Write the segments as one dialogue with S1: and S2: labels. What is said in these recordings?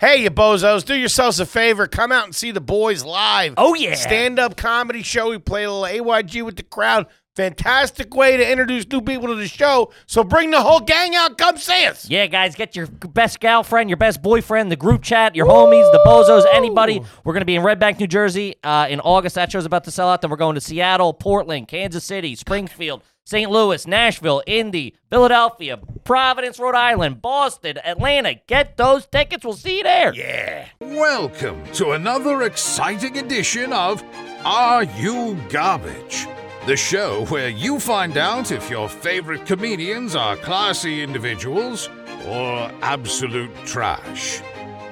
S1: Hey, you bozos, do yourselves a favor. Come out and see the boys live.
S2: Oh, yeah.
S1: Stand up comedy show. We play a little AYG with the crowd. Fantastic way to introduce new people to the show. So bring the whole gang out. Come see us.
S2: Yeah, guys, get your best girlfriend, your best boyfriend, the group chat, your homies, the bozos, anybody. We're going to be in Red Bank, New Jersey uh, in August. That show's about to sell out. Then we're going to Seattle, Portland, Kansas City, Springfield, St. Louis, Nashville, Indy, Philadelphia, Providence, Rhode Island, Boston, Atlanta. Get those tickets. We'll see you there.
S1: Yeah.
S3: Welcome to another exciting edition of Are You Garbage? The show where you find out if your favorite comedians are classy individuals or absolute trash.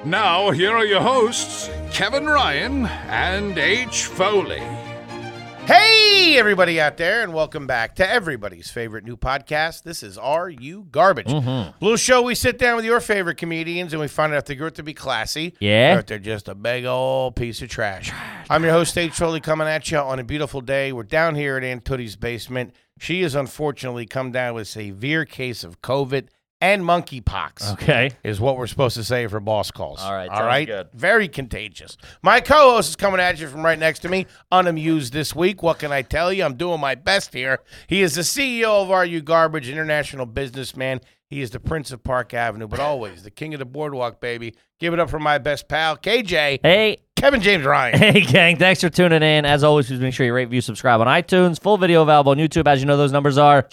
S3: Now, here are your hosts, Kevin Ryan and H. Foley.
S1: Hey, everybody out there, and welcome back to everybody's favorite new podcast. This is Are You Garbage? Little show we sit down with your favorite comedians and we find out if they're good to be classy
S2: Yeah.
S1: or if they're just a big old piece of trash. I'm your host, Dave Foley, coming at you on a beautiful day. We're down here at Aunt Tootie's basement. She has unfortunately come down with a severe case of COVID and monkeypox
S2: Okay.
S1: is what we're supposed to say for boss calls.
S2: All right,
S1: All
S2: sounds
S1: right.
S2: good.
S1: Very contagious. My co host is coming at you from right next to me, unamused this week. What can I tell you? I'm doing my best here. He is the CEO of RU Garbage, international businessman. He is the Prince of Park Avenue, but always the king of the boardwalk, baby. Give it up for my best pal, KJ,
S2: Hey,
S1: Kevin James Ryan.
S2: Hey, gang, thanks for tuning in. As always, please make sure you rate, view, subscribe on iTunes. Full video available on YouTube. As you know, those numbers are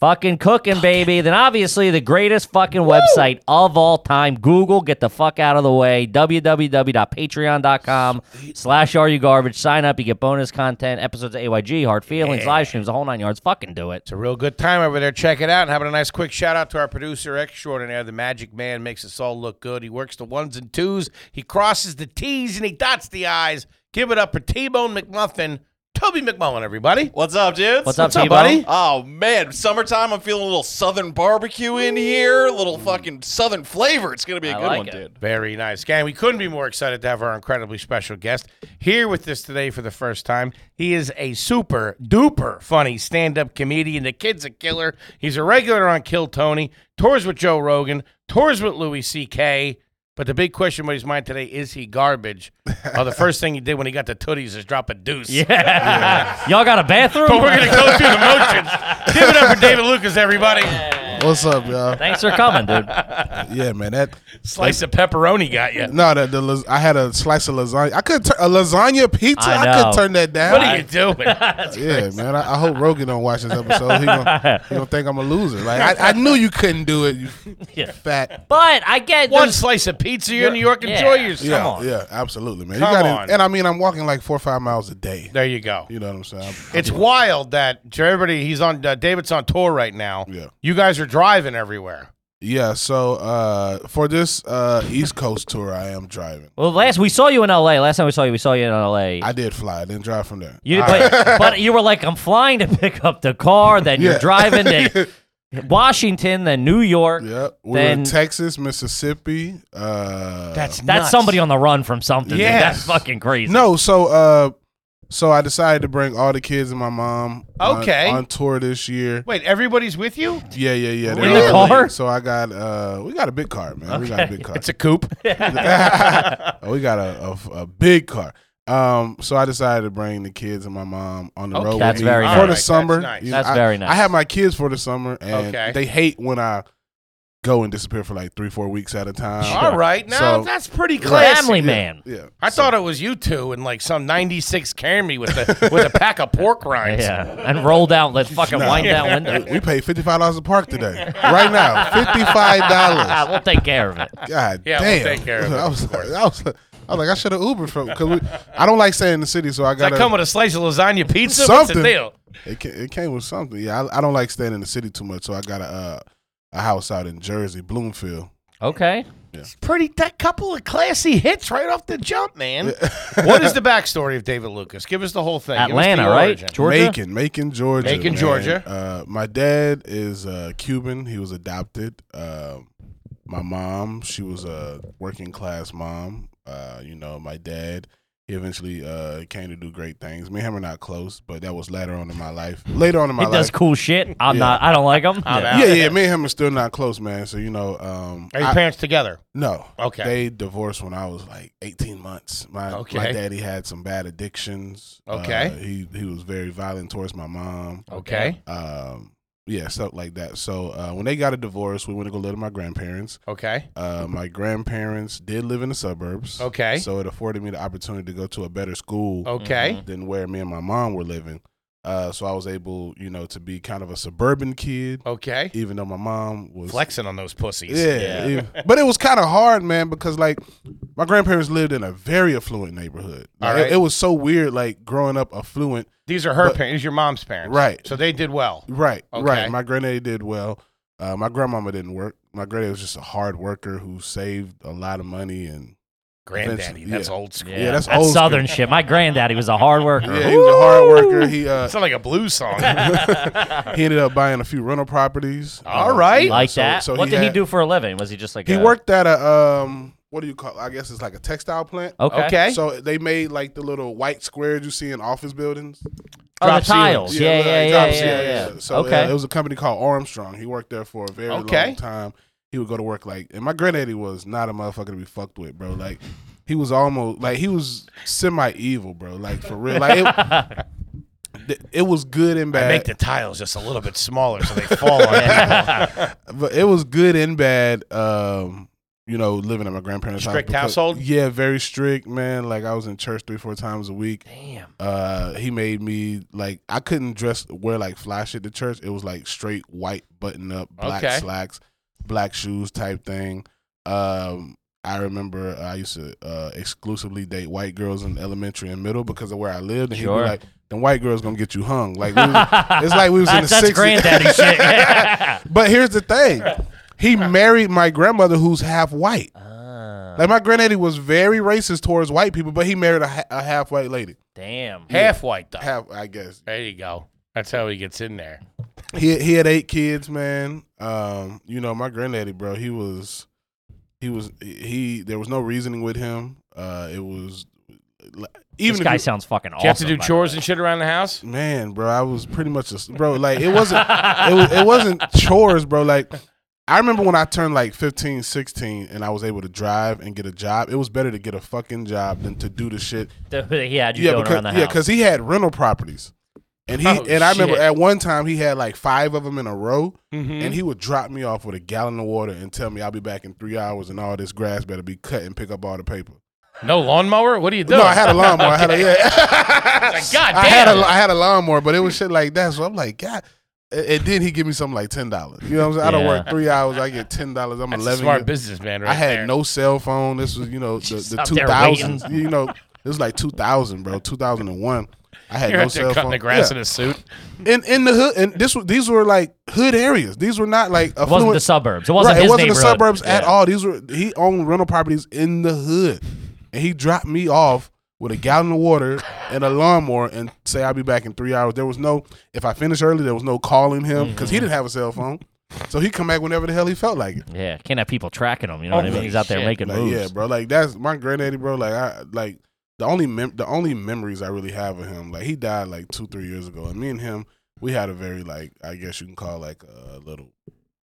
S2: fucking cooking, baby. Then, obviously, the greatest fucking website of all time, Google. Get the fuck out of the way. www.patreon.com slash are you garbage. Sign up. You get bonus content, episodes of AYG, hard feelings, live streams, the whole nine yards. Fucking do it.
S1: It's a real good time over there. Check it out. And having a nice quick shout out to our producer extraordinaire, the magic man, makes us all look good. He works the ones and twos, he crosses the T's and he dots the I's. Give it up for T Bone McMuffin, Toby McMullen, everybody.
S4: What's up, dudes?
S2: What's up,
S1: What's up,
S2: T-Bone?
S1: buddy?
S4: Oh man, summertime. I'm feeling a little southern barbecue in here, a little fucking southern flavor. It's gonna be a
S2: I
S4: good
S2: like
S4: one,
S2: it.
S4: dude.
S1: Very nice. Gang, we couldn't be more excited to have our incredibly special guest here with us today for the first time. He is a super duper funny stand up comedian. The kid's a killer. He's a regular on Kill Tony, tours with Joe Rogan, tours with Louis C.K. But the big question on his mind today is he garbage? well, the first thing he did when he got to Tooties is drop a deuce.
S2: Yeah. Y'all got a bathroom?
S1: But we're going to go through the motions. Give it up for David Lucas, everybody.
S5: What's up, y'all?
S2: Thanks for coming, dude.
S5: Yeah, man. That
S1: Slice of pepperoni got you.
S5: no, that the las- I had a slice of lasagna. I could turn a lasagna pizza.
S2: I
S5: I,
S2: know.
S5: could turn that down.
S1: What are you doing?
S5: yeah, man. I, I hope Rogan don't watch this episode. He gonna, he gonna think I'm a loser. Like I, I knew you couldn't do it. You
S2: Yeah.
S5: fat.
S2: But I get
S1: One
S2: there's-
S1: slice of pizza, you're in New York. Enjoy
S2: Yeah.
S1: yourself.
S5: Yeah,
S2: on.
S5: yeah, absolutely, man.
S1: Come
S5: you gotta,
S1: on.
S5: And I mean, I'm walking like four or five miles a day.
S1: There you go.
S5: You know what I'm saying?
S1: It's wild that to everybody he's on. Uh, David's on tour right now.
S5: Yeah.
S1: you guys are driving everywhere.
S5: yeah. So uh, for this uh, East Coast tour, I am driving.
S2: Well, last we saw you in L.A. Last time we saw you, we saw you in L.A.
S5: I did fly, then drive from there.
S2: You, but, but you were like, I'm flying to pick up the car. Then you're
S5: Yeah.
S2: driving to Washington, then New York.
S5: Yep. We were
S2: Then
S5: in Texas, Mississippi. Uh,
S1: That's
S2: that's
S1: nuts.
S2: somebody on the run from something. dude.
S1: Yes.
S2: that's fucking crazy.
S5: No, so uh, so I decided to bring all the kids and my mom. on-
S1: Okay.
S5: On, tour this year.
S1: Wait, everybody's with you?
S5: Yeah, yeah, yeah. they're
S2: In the
S5: all-
S2: car?
S5: So I got uh, we got a big car, man. We got a big car.
S1: It's a coupe.
S5: Oh, we got a, a, a big car. Um, so I decided to bring the kids and my mom on the
S1: Okay.
S5: road
S2: That's
S5: with me
S2: very
S5: for
S2: nice.
S5: the
S1: Alright,
S5: summer.
S1: that's nice.
S5: You know,
S2: That's
S5: I-
S2: very nice.
S5: I have my kids for the summer, and
S1: Okay.
S5: they hate when I go and disappear for like three, four weeks at a time.
S1: All right, now
S5: So-
S1: that's pretty classy.
S2: family
S5: Yeah,
S2: man.
S5: Yeah.
S1: I thought it was you two and like some '96 Camry with a with a pack of pork rinds.
S2: Yeah, and roll down. Let's fucking wind down window.
S5: We paid fifty five dollars to park today. Right now, fifty five
S2: Ah,
S5: dollars.
S2: we'll take care of it.
S5: God
S1: Yeah, we'll
S5: damn.
S1: take care of it,
S5: I was, I was, I was like, I should have Ubered from because I don't like staying in the city, so I
S1: Does
S5: got
S1: that come with a slice of lasagna pizza? What's the
S5: something.
S1: deal?
S5: it, ca- it came with something. Yeah, I, I don't like staying in the city too much, so I got a uh, a house out in Jersey, Bloomfield.
S2: Okay.
S1: Pretty that couple of classy hits right off the jump, man. what is the backstory of David Lucas? Give us the whole thing. Give us the
S2: Atlanta, right?
S1: origin.
S2: Georgia.
S5: Macon, Macon, Georgia.
S1: Macon,
S5: man.
S1: Georgia.
S5: Uh, my dad is uh, Cuban. He was adopted. Um my mom, she was a working class mom. Uh, you know, my dad, He eventually uh, came to do great things. Me and him are not close, but that was later on in my life. Later on in my
S2: He
S5: life,
S2: does cool shit. I'm
S5: Yeah.
S2: not. I don't like him.
S1: I'm
S2: Yeah.
S1: out.
S5: yeah, yeah. Me and him are still not close, man. So you know, um,
S1: Are your
S5: I-
S1: parents together?
S5: no,
S1: Okay.
S5: They divorced when I was like 18 months. My my
S1: Okay.
S5: daddy had some bad addictions.
S1: Okay.
S5: Uh, he he was very violent towards my mom.
S1: Okay.
S5: Um, yeah, stuff like that. So uh, when they got a divorce, we went to go live with my grandparents.
S1: Okay.
S5: Uh, my grandparents did live in the suburbs.
S1: Mm-hmm. Okay.
S5: So it afforded me the opportunity to go to a better school
S1: Okay.
S5: than where me and my mom were living. Uh, so I was able, you know, to be kind of a suburban kid,
S1: Okay.
S5: even though my mom was
S1: Flexing on those pussies.
S5: yeah. it- but it was kind of hard, man, because like my grandparents lived in a very affluent neighborhood.
S1: All
S5: Like,
S1: right.
S5: it, it was so weird, like growing up affluent.
S1: These are her
S5: But-
S1: parents. These are your mom's parents.
S5: Right.
S1: So they did well.
S5: Right,
S1: Okay.
S5: right. My granddaddy did well. Uh, my grandmama didn't work. My granddaddy was just a hard worker who saved a lot of money and
S1: Granddaddy.
S5: Eventually,
S1: That's
S5: yeah.
S1: old school.
S5: Yeah, that's old
S2: that's
S5: school.
S2: southern shit. My granddaddy was a hard worker.
S5: yeah, he was a hard worker. He uh,
S1: It's not like a blues song.
S5: he ended up buying a few rental properties.
S1: All
S5: Uh,
S1: right.
S2: like
S5: so-
S2: that.
S5: so
S2: what
S5: he
S2: did he
S5: had-
S2: do for a living? Was he just like
S5: He
S2: a-
S5: worked at a um, what do you call? I guess it's like a textile plant.
S2: Okay.
S1: Okay.
S5: So they made like the little white squares you see in office buildings.
S2: Oh,
S1: drop
S2: the tiles.
S1: ceilings.
S2: Yeah,
S5: like
S2: yeah, yeah,
S5: drop
S2: yeah,
S5: ceiling,
S2: yeah,
S5: So
S2: okay.
S5: uh, it was a company called Armstrong. He worked there for a very
S1: Okay.
S5: long time. He would go to work like, and my granddaddy was not a motherfucker to be fucked with, bro. Like, he was almost like he was semi evil, bro. Like for real, like it, it was good and
S1: I
S5: bad.
S1: make the tiles just a little bit smaller so they fall on people.
S5: but it was good and bad. Um, you know, living at my grandparents' house
S1: Strict
S5: because-
S1: household?
S5: Yeah, very strict, man. Like I was in church three, four times a week.
S2: Damn.
S5: Uh, he made me like I couldn't dress wear like flash at the church. It was like straight white button up, black
S1: Okay.
S5: slacks, black shoes type thing. Um, I remember I used to uh, exclusively date white girls in elementary and middle because of where I lived, and he'd
S2: Sure.
S5: be like, "Them white girls gonna get you hung." Like we was- it's like we was in the
S2: That's, that's
S5: 60s.
S2: granddaddy shit. Yeah.
S5: But here's the thing. He married my grandmother who's half white.
S2: Ah.
S5: Like my granddaddy was very racist towards white people, but he married a, ha- a half white lady.
S2: Damn.
S1: Half white though.
S5: Half, I guess.
S1: There you go. That's how he gets in there.
S5: He he had eight kids, man. Um, you know, my granddaddy, bro, he was he was he there was no reasoning with him. Uh it was even
S2: This guy
S5: if
S2: sounds fucking awesome.
S1: you have to do
S2: by the
S1: chores
S2: way.
S1: and shit around the house?
S5: you, man, bro, I was pretty much a, bro, like it wasn't it, was, it wasn't chores, bro. Like I remember when I turned like 15, 16 and I was able to drive and get a job. It was better to get a fucking job than to do the shit.
S2: he had you going
S5: because
S2: around the
S5: yeah,
S2: house.
S5: cuz he had rental properties. And he
S1: Oh,
S5: and I remember
S1: shit.
S5: at one time he had like 5 of them in a row
S1: Mm-hmm.
S5: and he would drop me off with a gallon of water and tell me I'll be back in 3 hours and all this grass better be cut and pick up all the paper.
S1: No lawnmower? What are you doing?
S5: No, I had a lawnmower. I had a yeah.
S1: Like, God
S5: I had
S1: damn.
S5: a I had a lawnmower, but it was shit like that. So I'm like, God. And and then he give me something like ten dollars. You know what I'm saying? I don't
S2: Yeah.
S5: work three hours. I get ten dollars. I'm
S1: That's a
S5: eleven.
S1: smart
S5: years-
S1: businessman right
S5: I had
S1: there.
S5: no cell phone. This was you know the, the
S2: out
S5: two
S2: there
S5: thousands. You know this was like two thousand, bro. Two thousand and one. I had
S1: You're
S5: no
S1: out there
S5: cell
S1: cutting
S5: phone.
S1: the grass
S5: Yeah.
S1: in a suit.
S5: in, in the hood, and this was these were like hood areas. These were not like
S2: it wasn't the
S5: affluent.
S2: suburbs. It wasn't
S5: right,
S2: his
S5: it wasn't the
S2: neighborhood.
S5: suburbs at
S2: Yeah.
S5: all. These were he owned rental properties in the hood, and he dropped me off with a gallon of water and a lawnmower, and say I'll be back in three hours. There was no if I finish early, there was no calling him because
S1: Mm-hmm.
S5: he didn't have a cell phone, so he come back whenever the hell he felt like it.
S2: Yeah, can't have people tracking him. You know what I mean?
S1: Holy
S2: He's out there
S1: shit.
S2: making
S5: Like,
S2: moves.
S5: Oh, yeah, bro, like that's my granddaddy, bro. Like I like the only mem- the only memories I really have of him. Like he died like two three years ago, and me and him we had a very like I guess you can call like a little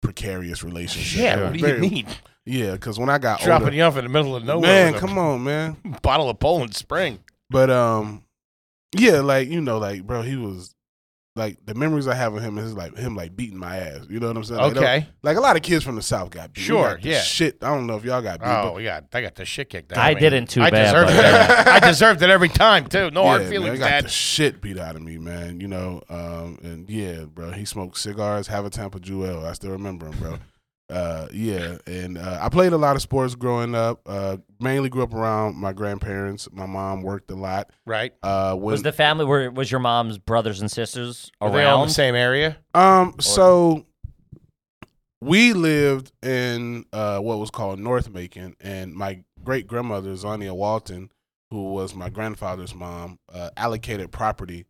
S5: precarious relationship.
S1: Yeah,
S5: Like,
S1: what do you
S5: very-
S1: mean?
S5: Yeah, because when I got
S1: Dropping
S5: older,
S1: you off in the middle of nowhere.
S5: man,
S1: with
S5: come on, man.
S1: a Bottle of Poland Spring.
S5: But um, yeah, like you know, like bro, he was like the memories I have of him is like him like beating my ass. You know what I'm saying? Like, don't-
S1: Okay.
S5: like a lot of kids from the south got beat. We
S1: Sure,
S5: got the
S1: yeah.
S5: Shit, I don't know if y'all got beat. but
S1: Oh, yeah. I got the shit kicked out of
S2: I
S1: me.
S2: didn't too
S1: I
S2: bad,
S1: Deserved
S2: but- uh,
S1: it every, I deserved it every time, too. No hard
S5: man,
S1: feelings,
S5: I got
S1: Dad.
S5: the shit beat out of me, man. You know, um, and yeah, bro. He smoked cigars, have a Tampa Jewel. I still remember him, bro. Uh, yeah, and uh, I played a lot of sports growing up. Uh, mainly grew up around my grandparents. My mom worked a lot.
S1: right?
S5: Uh, when,
S2: Was the family? Were was your mom's brothers and sisters
S1: Are
S2: around?
S1: they all in the same area?
S5: um, so we lived in uh, what was called North Macon, and my great grandmother Zonia Walton, who was my grandfather's mom, uh, allocated property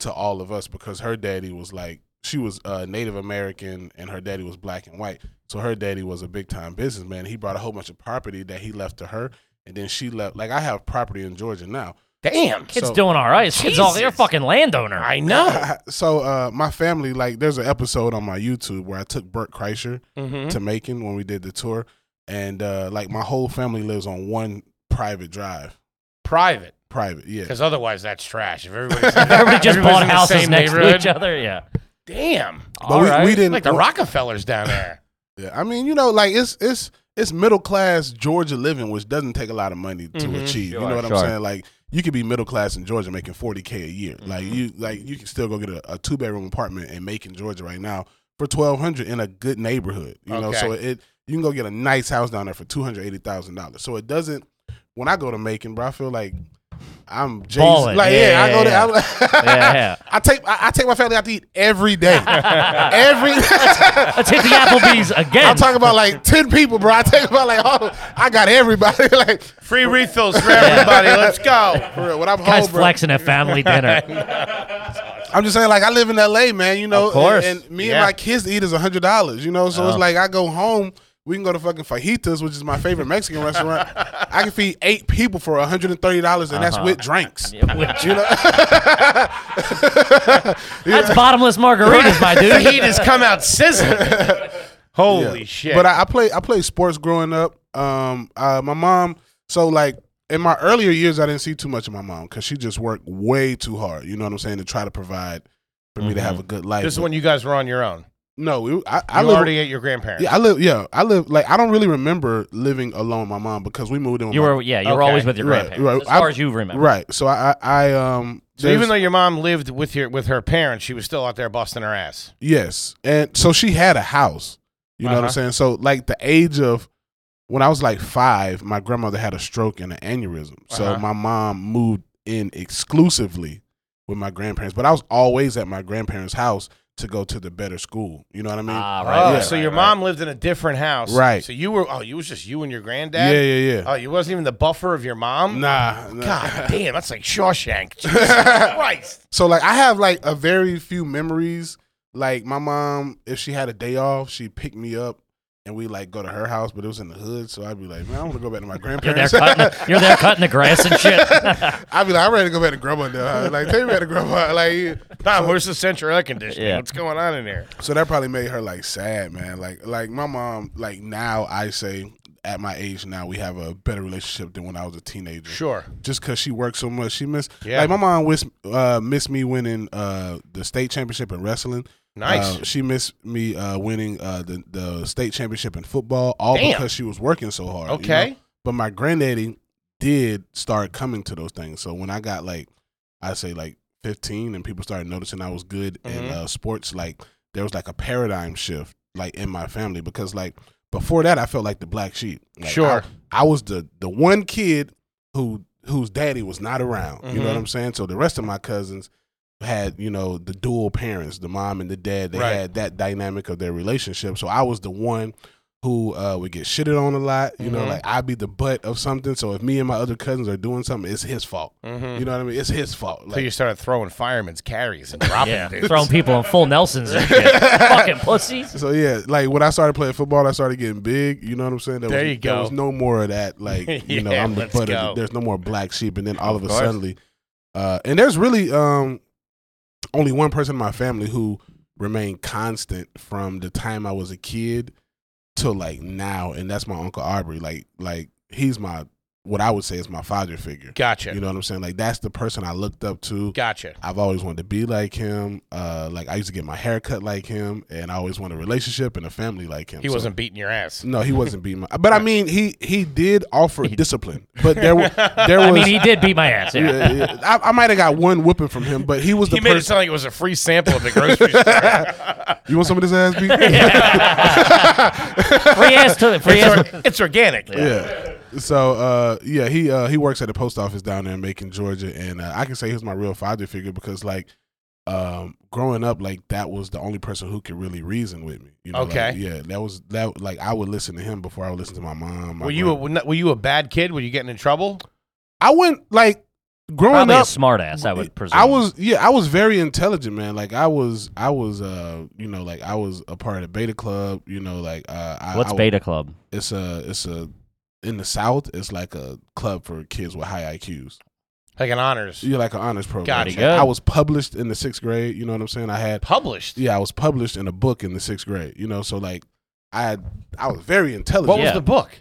S5: to all of us because her daddy was like she was uh, Native American and her daddy was black and white, so her daddy was a big time businessman. He brought a whole bunch of property that he left to her, and then she left. Like I have property in Georgia now,
S1: Damn.
S2: Kid's
S5: So-
S2: doing all right. His kid's all you're a
S1: Jesus.
S2: fucking landowner.
S1: I know.
S5: so uh, my family, like, there's an episode on my YouTube where I took Burt Kreischer
S1: Mhm.
S5: to Macon when we did the tour, and uh, like my whole family lives on one private drive.
S1: Private,
S5: Private, yeah.
S1: because otherwise that's trash. If everybody's
S2: Everybody just
S1: everybody's
S2: bought
S1: in the
S2: houses
S1: same
S2: next to
S1: neighborhood.
S2: each other. Yeah.
S1: Damn.
S5: But we, we didn't.
S1: Like the Rockefellers down there.
S5: Yeah, I mean, you know, like it's it's it's middle class Georgia living, which doesn't take a lot of money to
S1: Mhm.
S5: achieve. you
S2: Mm-hmm. Sure,
S5: know what
S2: sure.
S5: I'm saying? Like you could be middle class in Georgia making forty k a year. Like
S2: Mm-hmm.
S5: you like you can still go get a, a two bedroom apartment in Macon, Georgia, right now for twelve hundred in a good neighborhood. You know,
S1: Okay.
S5: so it you can go get a nice house down there for two hundred eighty thousand dollars. So it doesn't. When I go to Macon, bro, I feel like I'm Jay-Z.
S2: Ballin'.
S5: Like yeah,
S2: Yeah,
S5: I go
S2: yeah,
S5: there. I'm like,
S2: Yeah, yeah.
S5: I take I, I take my family out to eat every day. every.
S2: Let's hit the Applebee's again.
S5: I'm talking about like ten people, bro. I talk about like oh, I got everybody. like
S1: Free refills for everybody. Let's go.
S5: for real, when I'm
S2: Guys
S5: home, bro.
S2: flexing at family dinner.
S5: I'm just saying like I live in L.A., man. You know,
S2: Of course.
S5: And, and me
S1: Yeah.
S5: and my kids to eat is hundred dollars. You know, so it's like I go home. We can go to fucking fajitas, which is my favorite Mexican restaurant. I can feed eight people for hundred and thirty dollars, and
S2: Uh-huh.
S5: that's with drinks.
S2: Which- That's bottomless margaritas, my
S1: The
S2: dude.
S1: heat has come out sizzling. Holy
S5: Yeah.
S1: shit.
S5: But I, I play I played sports growing up. Um, uh, my mom. So like in my earlier years, I didn't see too much of my mom because she just worked way too hard. You know what I'm saying to try to provide for me to have a good life.
S1: this is
S5: But
S1: Mm-hmm. when you guys were on your own.
S5: no, we, I, I
S1: You
S5: live.
S1: already at your grandparents.
S5: yeah, I live. Yeah, I live. Like I don't really remember living alone with my mom because we moved in. With
S2: You
S5: my-
S2: were, yeah, you were
S1: Okay.
S2: always with your
S5: Right,
S2: grandparents,
S5: right.
S2: as far
S5: I-
S2: as you remember.
S5: right. So I I, I um.
S1: So even
S5: there's-
S1: though your mom lived with your with her parents, she was still out there busting her ass.
S5: Yes. And so she had a house. You know what
S1: Uh-huh.
S5: I'm saying? So like the age of when I was like five, my grandmother had a stroke and an aneurysm. So
S1: Uh-huh.
S5: my mom moved in exclusively with my grandparents. But I was always at my grandparents' house to go to the better school. You know what I mean?
S2: Ah,
S1: oh,
S2: right. right,
S1: so
S2: right,
S1: your
S2: right.
S1: mom lived in a different house,
S5: Right.
S1: So you were oh, you was just you and your
S5: yeah,
S1: granddad.
S5: yeah, yeah.
S1: Oh, you wasn't even the buffer of your mom.
S5: Nah, nah.
S1: Um, God damn, that's like Shawshank. Jesus Christ.
S5: So like I have like a very few memories. Like my mom, if she had a day off, she'd pick me up and we like go to her house, but it was in the hood, so I'd be like, man, I want to go back to my
S2: You're there,
S5: grandparents.
S2: cutting the, you're there cutting the grass and shit.
S5: I'd be like, I'm ready to go back to grandma now. Like, take me back to grandma. Like,
S1: Tom, where's the central air conditioning?
S2: Yeah.
S1: What's going on in here?
S5: so that probably made her like sad, man. Like, like my mom. Like now, I say at my age now, we have a better relationship than when I was a teenager.
S1: Sure.
S5: Just because she worked so much, she missed.
S1: Yeah.
S5: Like my mom wish, uh, missed me winning uh, the state championship in wrestling.
S1: Nice.
S5: Uh, she missed me uh, winning uh, the the state championship in football, all
S1: Damn.
S5: because she was working so hard. you know?
S1: okay.
S5: But my granddaddy did start coming to those things. So when I got like, I say like 15, and people started noticing I was good
S1: Mhm.
S5: in uh, sports, like there was like a paradigm shift like in my family because like before that I felt like the black sheep. Like,
S1: Sure.
S5: I, I was the the one kid who whose daddy was not around. You
S1: Mhm.
S5: know what I'm saying? So the rest of my cousins had you know the dual parents, the mom and the dad. They
S1: Right.
S5: had that dynamic of their relationship. So I was the one who uh, would get shitted on a lot. You know,
S1: Mhm.
S5: like I'd be the butt of something. So if me and my other cousins are doing something, it's his fault.
S1: Mhm.
S5: You know what I mean? It's his fault.
S1: so you
S5: Like,
S1: started throwing firemen's carries and dropping
S2: yeah,
S1: dudes.
S2: throwing people in full Nelsons and shit. Fucking pussies.
S5: so yeah, like when I started playing football, I started getting big. You know what I'm saying?
S1: There
S5: was,
S1: you
S5: There
S1: go.
S5: was no more of that. Like you know,
S1: Yeah,
S5: I'm the
S1: let's
S5: butt.
S1: go.
S5: Of, there's no more black sheep. And then all of, a
S1: course.
S5: suddenly, uh, and there's really um, only one person in my family who remained constant from the time I was a kid to like now, and that's my uncle Aubrey. Like like he's my what I would say is my father figure.
S1: Gotcha.
S5: You know what I'm saying? Like that's the person I looked up to.
S1: Gotcha.
S5: I've always wanted to be like him. Uh, like I used to get my hair cut like him, and I always wanted a relationship and a family like him.
S1: He
S5: So-
S1: wasn't beating your ass.
S5: No, he wasn't beating my. But I mean, he he did offer discipline. But there, wa- there was.
S2: I mean, he did beat my ass. Yeah.
S5: yeah, yeah. I, I might have got one whooping from him, but he was the
S1: He made it
S5: person.
S1: sound like it was a free sample at the grocery store.
S5: You want some of this ass beat? yeah.
S2: Free ass to free ass.
S1: It's, or- it's organic.
S5: So uh, yeah, he uh, he works at the post office down there in Macon, Georgia, and uh, I can say he was my real father figure because like. Um, growing up, like that was the only person who could really reason with me. You know, like,
S1: Okay.
S5: yeah, that was that. Like I would listen to him before I would listen to my mom. my
S1: Were you a,
S5: grand-
S1: were you a bad kid? Were you getting in trouble?
S5: I wouldn't like growing
S2: Probably a
S5: up.
S2: smart ass, I would presume.
S5: I was yeah, I was very intelligent, man. Like I was, I was, uh, you know, like I was a part of the Beta Club. You know, like uh, I,
S2: What's
S5: I,
S2: Beta Club?
S5: It's a, it's a, in the South, it's like a club for kids with high IQs.
S1: Like an honors.
S5: You're like an honors program.
S1: Got it.
S5: And I was published in the sixth grade. You know what I'm saying? I had
S1: Published.
S5: yeah, I was published in a book in the sixth grade. You know, so like I I was very intelligent.
S1: What
S2: Yeah.
S1: was the book?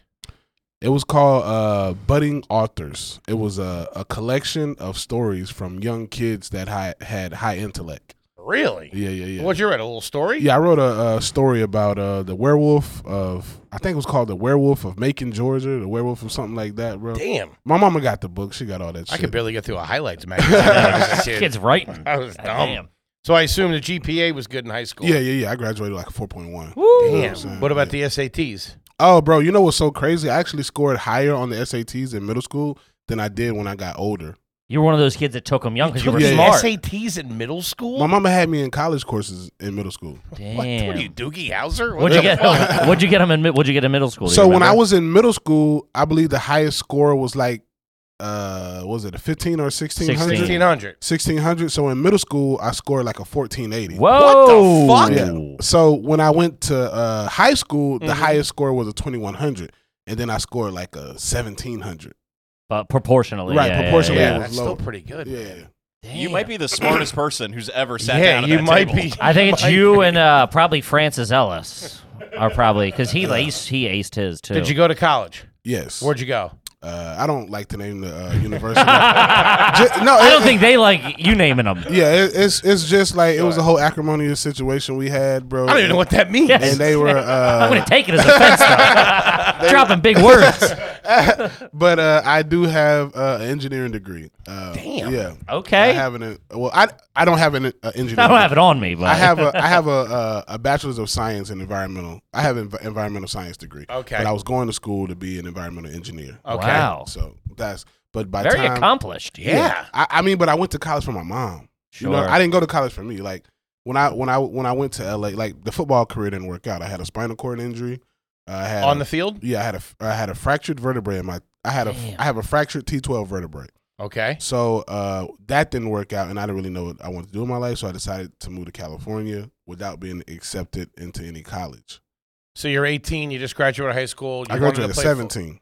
S5: It was called uh, Budding Authors. It was a, a collection of stories from young kids that hi, had high intellect.
S1: Really?
S5: Yeah, yeah, yeah.
S1: What you read? A little story?
S5: Yeah, I wrote a, a story about uh, the werewolf of I think it was called the werewolf of Macon, Georgia, the werewolf of something like that, bro.
S1: Damn.
S5: My mama got the book. She got all that
S1: I
S5: shit.
S1: could barely get through a highlights magazine. when I was a kid.
S2: Kid's writing.
S1: I was dumb.
S2: Damn.
S1: So I assume the GPA was good in high school.
S5: yeah, yeah, yeah. I graduated like a four point one.
S1: Damn.
S5: saying?
S1: What about the SATs?
S5: Oh, bro, you know what's so crazy? I actually scored higher on the SATs in middle school than I did when I got older.
S2: You were one of those kids that took them young because you were
S1: the
S5: Yeah,
S2: smart.
S1: SATs in middle school?
S5: My mama had me in college courses in middle school.
S2: Damn.
S1: What, what are you, Doogie Howser? What
S2: What'd you
S1: the
S2: get?
S1: fuck?
S2: What'd you get him in? mid- What'd you get in middle school? Do you
S5: So when I
S2: remember?
S5: was in middle school, I believe the highest score was like, uh, was it a fifteen or sixteen hundred?
S2: 16.
S1: 1600.
S5: Sixteen hundred. So in middle school, I scored like a fourteen eighty.
S2: whoa,
S1: What
S5: the So when I went to uh, high school, the highest score was a twenty one hundred, and then I scored like a seventeen hundred.
S2: But proportionally,
S5: Right,
S2: yeah, yeah,
S1: Yeah,
S5: proportionally.
S2: yeah.
S5: it was
S1: that's
S5: low.
S1: still pretty good.
S5: Yeah,
S4: You might be the smartest person who's ever sat
S1: yeah,
S4: down. At
S1: you
S4: that
S1: might
S4: table.
S1: be.
S2: I think it's you and uh, probably Francis Ellis are probably because he aced, he aced his too.
S1: Did you go to college?
S5: yes.
S1: Where'd you go?
S5: Uh, I don't like to name the uh, university. Ju- no,
S2: I
S5: it-
S2: don't think they like you naming them.
S5: Yeah, it, it's it's just like it was a whole acrimonious situation we had, bro.
S1: I don't even know what that means.
S2: Yes.
S5: And they were,
S2: I'm
S5: uh,
S2: gonna take it as offense though. Dropping big words.
S5: but uh, I do have uh, an engineering degree. Uh,
S1: Damn.
S5: Yeah. I
S2: Okay, I,
S5: have an well, I I don't have an uh, engineering.
S2: don't have it on me, but
S5: I have a I have a uh, a bachelor's of science in environmental. I have an env- environmental science degree.
S1: Okay. Oh.
S5: But I was going to school to be an environmental engineer.
S1: Okay.
S2: Wow,
S5: So that's but by
S2: very
S5: time
S2: accomplished.
S1: Yeah.
S5: I, I mean, but I went to college for my mom.
S2: sure.
S5: You know, I didn't go to college for me. Like when I when I when I went to LA, like the football career didn't work out. I had a spinal cord injury. I had
S1: On
S5: a-
S1: the field?
S5: yeah, I had a I had a fractured vertebrae in my I had a
S2: Damn.
S5: I have a fractured T12 vertebrae.
S1: Okay.
S5: So uh, that didn't work out, and I didn't really know what I wanted to do in my life. So I decided to move to California without being accepted into any college.
S1: So you're 18, you just graduated high school. You
S5: I
S1: wanted to
S5: graduated at
S1: play
S5: 17.
S1: fo-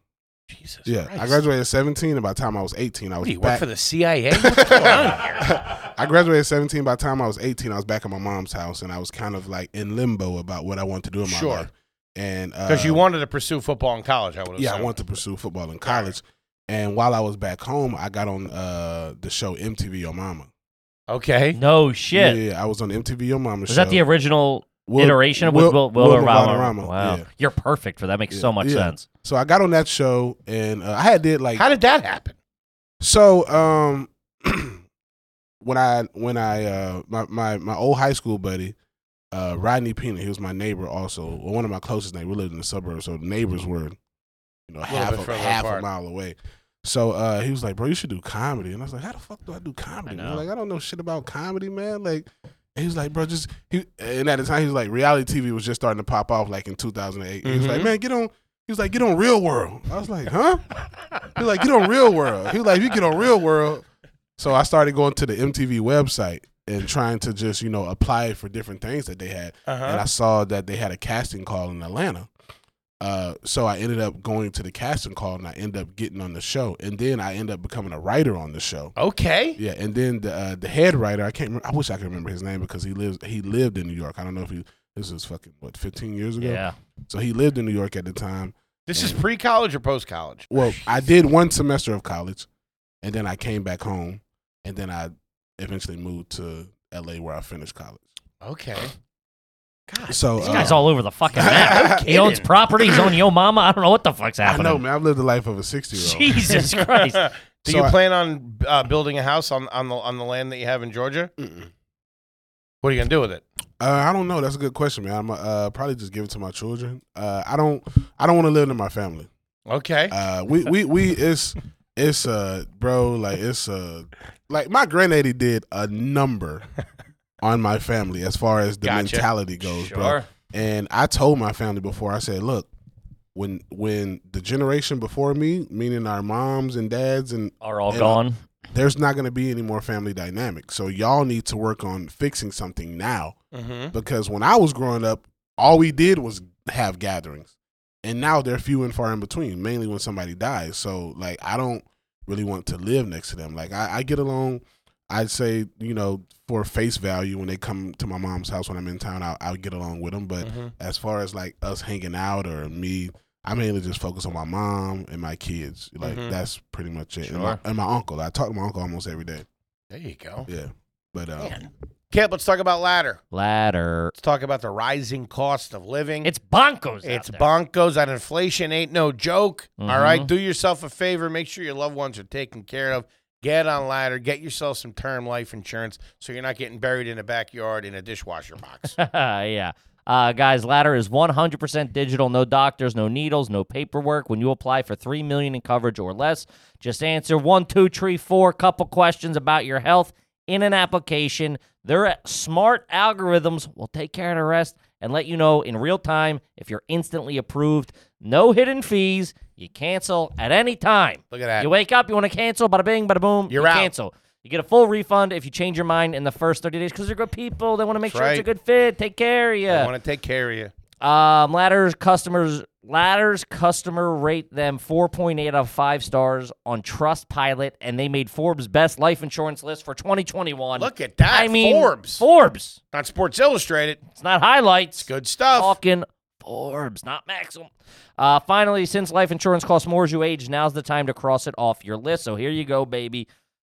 S1: Jesus
S5: yeah, I
S1: Christ.
S5: graduated at 17, and by the time I was 18, I was
S1: What, do you work
S5: back. Uh,
S1: for the CIA? What's going on here?
S5: I graduated at 17. By the time I was 18, I was back at my mom's house, and I was kind of like in limbo about what I wanted to do in my
S1: Sure.
S5: life. And
S1: Because you
S5: uh,
S1: wanted to pursue football in college, I would
S5: yeah,
S1: assume.
S5: I wanted to pursue football in college. And while I was back home, I got on uh, the show MTV Your Mama.
S1: Okay.
S2: No
S5: Yeah,
S2: shit.
S5: yeah, I was on MTV Your Mama.
S2: Was that the original
S5: Will-
S2: iteration of
S5: Will-
S2: Will, Will, Will,
S5: Wilma
S2: Valderrama?
S5: Valderrama,
S2: Wow,
S5: yeah.
S2: you're perfect for that. Makes
S5: Yeah,
S2: so much
S5: yeah.
S2: sense.
S5: So I got on that show, and uh, I had did like
S1: How did that happen?
S5: so. Um, when I when I uh, my my my old high school buddy, uh, Rodney Pena, he was my neighbor also, well, one of my closest neighbors. We lived in the suburbs, so the neighbors were, you know,
S1: Little
S5: half
S1: bit
S5: a,
S1: further
S5: half a
S1: apart.
S5: mile away. So uh, he was like, "Bro, you should do comedy," and I was like, "How the fuck do I do comedy?
S2: I
S5: man?
S2: know.
S5: Like, I don't know shit about comedy, man. Like." and He was like, bro, just he. And at the time, he was like, reality TV was just starting to pop off, like in 2008. He was like,
S1: Mhm.
S5: man, get on. He was like, get on Real World. I was like, huh? He was like, get on Real World. He was like, you get on Real World. So I started going to the MTV website and trying to just, you know, apply for different things that they had. And
S1: Uh-huh.
S5: I saw that they had a casting call in Atlanta. Uh, so I ended up going to the casting call and I ended up getting on the show. And then I ended up becoming a writer on the show.
S1: Okay.
S5: Yeah, and then the uh, the head writer, I can't. Remember, I wish I could remember his name because he lives. He lived in New York. I don't know if he. This was fucking what 15 years ago.
S2: Yeah.
S5: So he lived in New York at the time.
S1: This is pre college or post college?
S5: Well, I did one semester of college, and then I came back home, and then I eventually moved to L.A. where I finished college.
S1: Okay. God.
S5: So
S1: This
S2: This
S5: uh,
S2: guy's all over the fucking map.
S1: No
S2: he owns
S1: kidding.
S2: property. He's on Yo Mama. I don't know what the fuck's
S5: I
S2: happening.
S5: know, man. I've lived the life of a 60 year old.
S2: Jesus Christ.
S1: Do
S5: So
S1: you
S5: I-
S1: plan on uh, building a house on, on the on the land that you have in Georgia?
S5: Mm-mm.
S1: What are you gonna do with it?
S5: Uh, I don't know. That's a good question, man. I'm uh, probably just give it to my children. Uh, I don't. I don't want to live in my family.
S1: Okay.
S5: Uh, we we we it's it's uh bro like it's uh like my granddaddy did a number on my family as far as the
S1: Gotcha.
S5: mentality goes, bro.
S2: Sure.
S5: And I told my family before I said, look, when when the generation before me, meaning our moms and dads and
S2: Are all
S5: And, uh,
S2: gone.
S5: there's not going to be any more family dynamics. So y'all need to work on fixing something now
S1: mm-hmm.
S5: because when I was growing up, all we did was have gatherings, and now they're few and far in between. Mainly when somebody dies. So like, I don't. really want to live next to them. Like I, I get along. I'd say you know for face value when they come to my mom's house when I'm in town, I'll, I'll get along with them. But
S1: Mhm.
S5: as far as like us hanging out or me, I mainly just focus on my mom and my kids. Like
S1: Mhm.
S5: that's pretty much it. And,
S1: Sure.
S5: my, and my uncle. I talk to my uncle almost every day.
S1: There you go.
S5: Yeah, but uh,
S1: Kip, let's talk about ladder.
S2: Ladder.
S1: Let's talk about the rising cost of living.
S2: It's bonkos. out
S1: It's
S2: there.
S1: bonkos that inflation ain't no joke. All
S2: Mhm.
S1: right. Do yourself a favor. Make sure your loved ones are taken care of. Get on ladder. Get yourself some term life insurance so you're not getting buried in the backyard in a dishwasher box.
S2: yeah. Uh, guys, Ladder is 100% digital. No doctors, no needles, no paperwork. When you apply for three million in coverage or less, just answer one, two, three, four couple questions about your health in an application. Their smart algorithms will take care of the rest and let you know in real time if you're instantly approved. No hidden fees. You cancel at any time.
S1: Look at that.
S2: You wake up, you want to cancel, bada bing, bada boom.
S1: You're
S2: you
S1: out.
S2: Cancel. You get a full refund if you change your mind in the first 30 days because they're good people. They want to make
S1: That's
S2: sure it's a
S1: right.
S2: good fit. Take care of you.
S1: I want to take care of you.
S2: Um, ladders customers ladders customer rate them 4.8 out of 5 stars on Trustpilot and they made Forbes best life insurance list for 2021.
S1: Look at that.
S2: I mean
S1: Forbes.
S2: Forbes.
S1: not Sports Illustrated.
S2: It's not highlights.
S1: Good stuff.
S2: Talking Forbes, not Maxim. Uh, finally, since life insurance costs more as you age, now's the time to cross it off your list. So here you go, baby.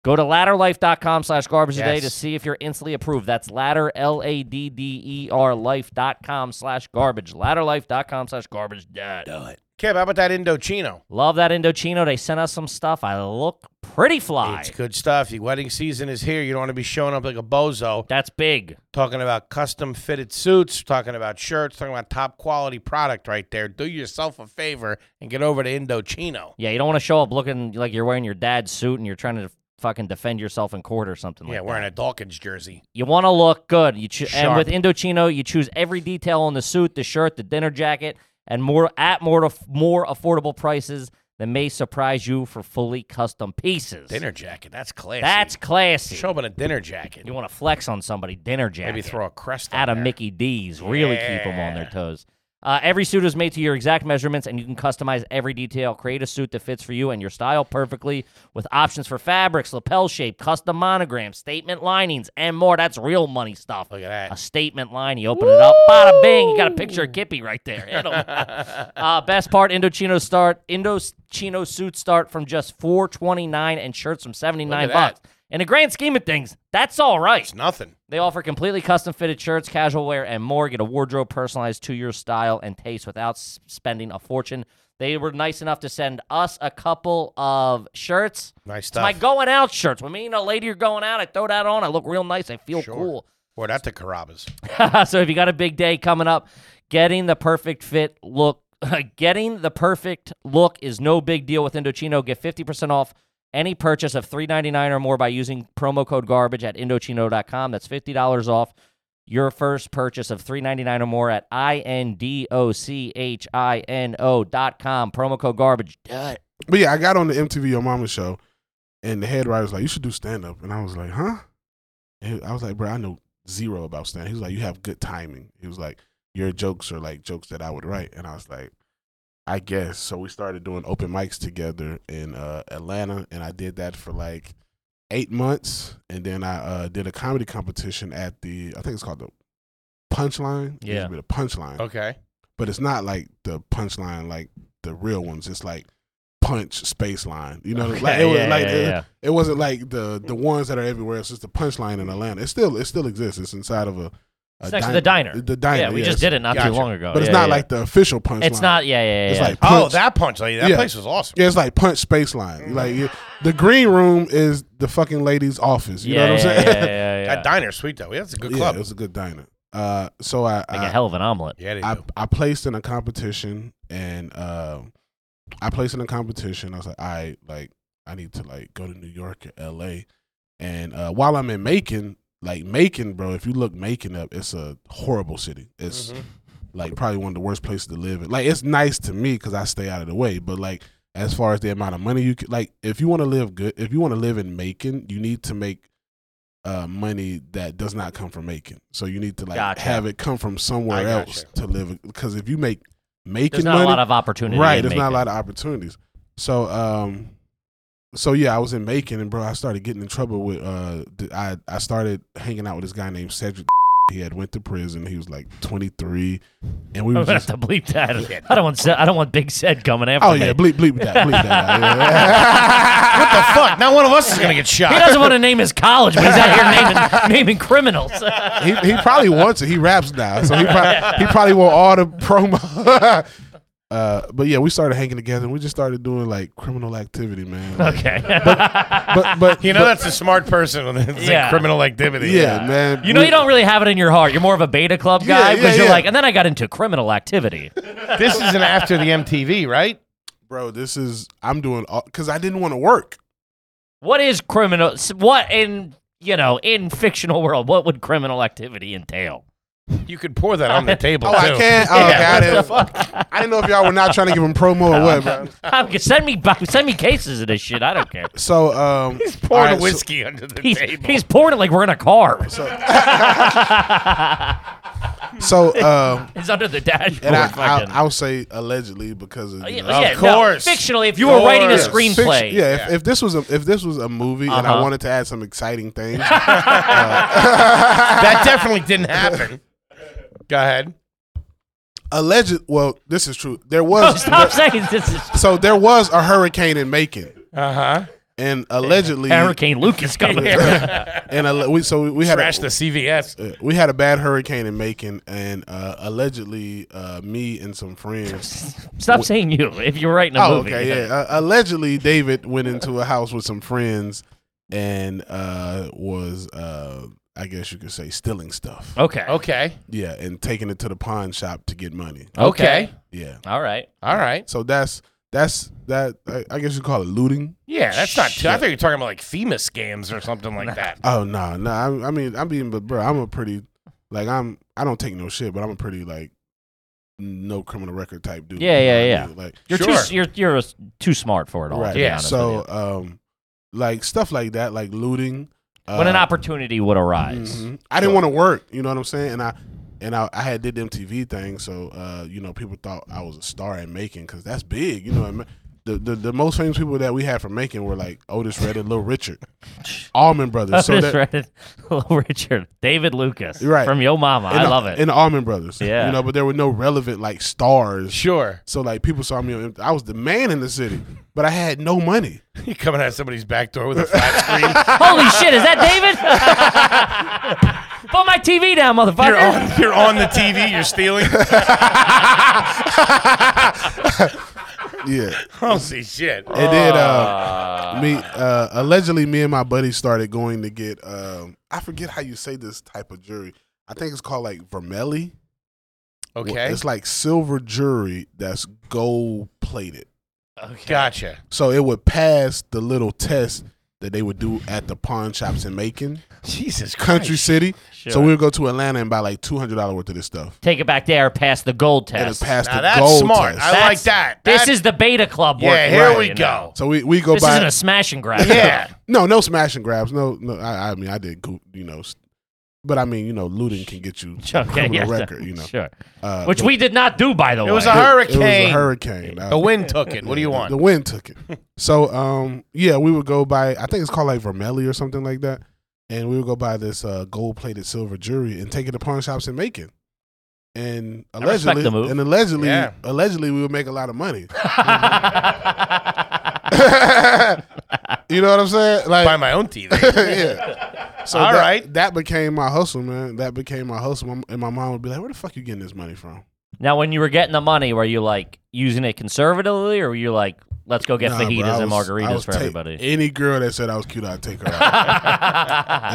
S2: Go to ladderlife.com slash garbage today
S1: Yes.
S2: to see if you're instantly approved. That's ladder, L A D D E R life.com slash garbage. Ladderlife.com slash garbage. Do it.
S1: Kip, how about that Indochino?
S2: Love that Indochino. They sent us some stuff. I look pretty fly.
S1: It's good stuff. Your wedding season is here. You don't want to be showing up like a bozo.
S2: That's big.
S1: talking about custom fitted suits, talking about shirts, talking about top quality product right there. Do yourself a favor and get over to Indochino.
S2: Yeah, you don't want to show up looking like you're wearing your dad's suit and you're trying to fucking defend yourself in court or something like
S1: yeah,
S2: that.
S1: wearing a Dawkins jersey.
S2: You want to look good. You choo- and
S1: Sharp.
S2: with Indochino, you choose every detail on the suit, the shirt, the dinner jacket, and more at more aff- more affordable prices that may surprise you for fully custom pieces.
S1: Dinner jacket. That's classy.
S2: That's classy.
S1: show up in a dinner jacket.
S2: You want to flex on somebody, dinner jacket.
S1: Maybe throw a crest on
S2: out of
S1: there.
S2: Mickey D's. Really keep them on their
S1: Yeah.
S2: toes. Uh, every suit is made to your exact measurements, and you can customize every detail. Create a suit that fits for you and your style perfectly, with options for fabrics, lapel shape, custom monograms, statement linings, and more. That's real money stuff.
S1: Look at
S2: A
S1: that.
S2: statement line. You open it up, bada bing. You got a picture of Kippy right there. Hit 'em. uh, best part: Indochino start Indochino suits start from just four twenty nine, and shirts from seventy nine
S1: Look at
S2: bucks. In the grand scheme of things, that's all right.
S1: It's nothing.
S2: They offer completely custom fitted shirts, casual wear, and more. Get a wardrobe personalized to your style and taste without s- spending a fortune. They were nice enough to send us a couple of shirts.
S1: Nice
S2: It's my
S1: stuff.
S2: going out shirts. When me and a lady are going out, I throw that on. I look real nice. I feel
S1: Sure.
S2: cool.
S1: Or that's the Carrabba's.
S2: so if you got a big day coming up, getting the perfect fit look, getting the perfect look is no big deal with Indochino. Get 50% off any purchase of $3.99 or more by using promo code garbage at Indochino.com. That's $50 off your first purchase of $3.99 or more at I-N-D-O-C-H-I-N-O dot com. Promo code garbage. Duh.
S5: But yeah, I got on the MTV Your Mama show, and the head writer was like, "You should do stand up," and I was like, "Huh?" And I was like, "Bro, I know zero about stand." He was like, "You have good timing." He was like, "Your jokes are like jokes that I would write," and I was like, "I guess." So we started doing open mics together in uh, Atlanta, and I did that for like eight months, and then I uh, did a comedy competition at the I think it's called the Punchline. It used to
S2: Yeah.
S5: be the Punchline
S1: Okay.
S5: but it's not like the punchline like the real ones. It's like punch space line. You know, like it was like it, it wasn't like the the ones that are everywhere. It's just the punchline in Atlanta. It still it still exists. It's inside of a, a
S2: It's next to the diner.
S5: The diner.
S2: Yeah, we just did it not
S1: Gotcha.
S2: too long ago.
S5: but it's
S2: Yeah,
S5: not
S2: yeah.
S5: like the official punchline.
S2: It's not, yeah, yeah, yeah.
S5: It's
S2: yeah.
S5: like punch.
S1: Oh, that punch lady. That
S5: Yeah.
S1: place was awesome.
S5: Yeah, it's like punch space line. Like you- the green room is the fucking lady's office. You
S2: yeah,
S5: know what I'm
S2: yeah,
S5: saying?
S2: yeah, yeah, yeah.
S1: That diner's sweet though. Yeah, that's a good
S5: yeah,
S1: club.
S5: it was a good diner. Uh, so I
S2: Like
S5: I-
S2: a hell of an omelet.
S1: yeah, they
S5: I,
S1: do.
S5: I placed in a competition and um I placed in a competition. I was like, I like I need to like go to New York or LA. And uh, while I'm in Macon, like Macon, bro, if you look Macon up, it's a horrible city. It's
S1: Mhm.
S2: Mm-hmm.
S5: like probably one of the worst places to live in. Like it's nice to me because I stay out of the way, but like as far as the amount of money you could like if you want to live good, if you want to live in Macon, you need to make uh, money that does not come from Macon. So you need to like
S2: Gotcha.
S5: have it come from somewhere
S1: I gotcha.
S5: else to live because if you make Macon
S2: There's not
S5: money,
S2: a lot of opportunity.
S5: right?
S2: in
S5: There's not a
S2: Macon.
S5: lot of opportunities. So um, so yeah, I was in Macon, and bro, I started getting in trouble with. Uh, th- I I started hanging out with this guy named Cedric. He had went to prison. He was like 23, and we
S2: I'm
S5: were
S2: gonna have
S5: just.
S2: to bleep that. I don't want. Se- I don't want Big Sed coming after
S5: Oh
S2: me.
S5: yeah, bleep bleep that, bleep that.
S1: what the fuck? Not one of us is gonna get
S2: He
S1: shot.
S2: doesn't want to name his college, but he's out here naming naming criminals.
S5: Yeah. he, he probably wants it. He raps now, so he probably he probably want all the promo. uh, but yeah, we started hanging together. and We just started doing like criminal activity, man. Like,
S2: okay.
S5: but but
S1: You know that's a smart person when it's
S2: Yeah.
S1: like criminal activity.
S5: yeah, man.
S2: You know
S5: we-
S2: you don't really have it in your heart. You're more of a beta club guy
S5: Yeah,
S2: because
S5: yeah,
S2: you're
S5: yeah.
S2: like, and then I got into criminal activity.
S1: This is an after the MTV, right?
S5: bro. This is I'm doing all because I didn't want to work.
S2: What is criminal? s- What in you know in fictional world? What would criminal activity entail?
S1: You could pour that on the table.
S5: Oh,
S1: too.
S5: I can't. Oh, okay, I,
S2: what the
S5: didn't, I didn't know if y'all were not trying to give him promo or what, bro.
S2: I'm- send me bu- send me cases of this shit. I don't care.
S5: So um, he's
S1: Pour the whiskey under the
S2: He's,
S1: table.
S2: he's pouring it like we're in a car.
S5: So, so um,
S2: It's under the dashboard.
S5: and I, I,
S2: fucking. Oh,
S5: I would say allegedly because of, you know,
S1: Of course.
S2: fictionally, if you were writing a
S1: Course.
S5: fiction-
S2: screenplay,
S5: yeah, If, if this was a if this was a movie and I
S2: Uh-huh.
S5: wanted to add some exciting things,
S1: that definitely didn't happen. Go ahead.
S5: alleged. Well, this is true. There
S2: oh,
S5: was
S2: stop saying this is
S5: so there was a hurricane in Macon,
S1: Uh huh.
S5: and allegedly,
S2: Uh-huh. Hurricane Lucas coming here.
S5: and alle- we so we had a,
S1: Trash the CVS.
S5: uh, we had a bad hurricane in Macon, and uh, allegedly, uh, me and some friends.
S2: Stop saying you if you're writing a
S5: Oh,
S2: movie.
S5: okay, yeah. Uh, allegedly, David went into a house with some friends and uh, was, uh, I guess you could say, stealing stuff.
S2: Okay.
S1: Okay.
S5: Yeah, and taking it to the pawn shop to get money.
S2: Oh.
S1: Okay.
S5: Yeah.
S2: All right.
S1: All right.
S5: So that's that's that. I, I guess you call it looting.
S1: Yeah, that's not. I thought you were talking about like FEMA scams or something like that.
S5: Oh no, no. I, I mean, I'm being, but bro, I'm a pretty, like, I'm. I don't take no shit, but I'm a pretty like, no criminal record type dude.
S2: Yeah, yeah,
S5: You know
S2: yeah.
S5: what I mean? Like,
S2: You're
S1: Sure.
S2: too you're you're s- too smart for it all.
S5: right.
S2: To be
S1: Yeah,
S2: honest
S5: So,
S2: with
S5: um, like stuff like that, like looting.
S2: you. when an
S5: uh,
S2: opportunity would arise.
S5: Mhm. I didn't want to work. You know what I'm saying? And I and I, I had did the MTV thing, so uh, you know people thought I was a star in Macon because that's big. You know, and ma- the, the the most famous people that we had from Macon were like Otis Redding, Little Richard, Almond Brothers. So
S2: Just
S5: that,
S2: read it. Little Richard, David Lucas,
S5: Right.
S2: from Yo Mama.
S5: and
S2: I
S5: the-
S2: love it.
S5: And the Almond Brothers.
S2: Yeah.
S5: you know, but there were no relevant like stars.
S1: Sure.
S5: So like people saw me. on- I was the man in the city, but I had no money.
S1: You coming out somebody's back door with a flat screen.
S2: Holy shit! Is that David? Put my TV down, motherfucker.
S1: You're on. You're on the TV. You're stealing.
S5: Yeah.
S1: Holy shit.
S5: And then
S2: Ah.
S5: uh, me uh, allegedly me and my buddy started going to get um, I forget how you say this type of jewelry. I think it's called like vermelli.
S1: Okay.
S5: It's like silver jewelry that's gold plated.
S1: Gotcha.
S5: So it would pass the little test that they would do at the pawn shops in Macon,
S1: Jesus
S5: Country
S1: Christ.
S5: City. So
S2: Sure.
S5: we would go to Atlanta and buy like two hundred dollars worth of this stuff.
S2: Take it back there, pass the gold
S5: And
S2: test.
S5: it passed
S1: Now
S5: the
S1: that's
S5: gold
S1: smart.
S5: test.
S1: I
S2: That's-
S1: like that.
S2: This
S1: That-
S2: is the beta club work.
S1: Yeah. Here
S2: right,
S1: we
S2: you know.
S1: go.
S5: so we, we go
S2: This
S5: buy
S2: isn't a smash and grab.
S1: Yeah.
S5: No, no smash and grabs. No, no. I, I mean, I did, go- you know, s- but I mean, you know, looting can get you
S2: Okay,
S5: criminal
S2: yeah,
S5: record, you know.
S2: Sure.
S5: Uh,
S2: Which
S5: but
S2: we did not do, by the way.
S1: It was a
S5: it-
S1: hurricane.
S5: It was a hurricane.
S1: The wind took it. What do you
S5: The
S1: want?
S5: wind took it. So, um, yeah, we would go buy. I think it's called like vermelli or something like that, and we would go buy this uh, gold-plated silver jewelry and take it to pawn shops and make it. And
S2: respect
S5: allegedly,
S2: the move.
S5: and allegedly,
S1: Yeah.
S5: allegedly, we would make a lot of money. you know what I'm saying? Like,
S1: Buy my own TV.
S5: yeah. So
S1: All
S5: that,
S1: right.
S5: that became my hustle, man. That became my hustle, My- and my mom would be like, "Where the fuck you getting this money from?"
S2: Now, when you were getting the money, were you like using it conservatively, or were you like, let's go get
S5: Nah, bro,
S2: fajitas
S5: I
S2: and
S5: was- I
S2: margaritas
S5: was
S2: for
S5: take-
S2: everybody?
S5: Any girl that said I was cute, I'd take her out.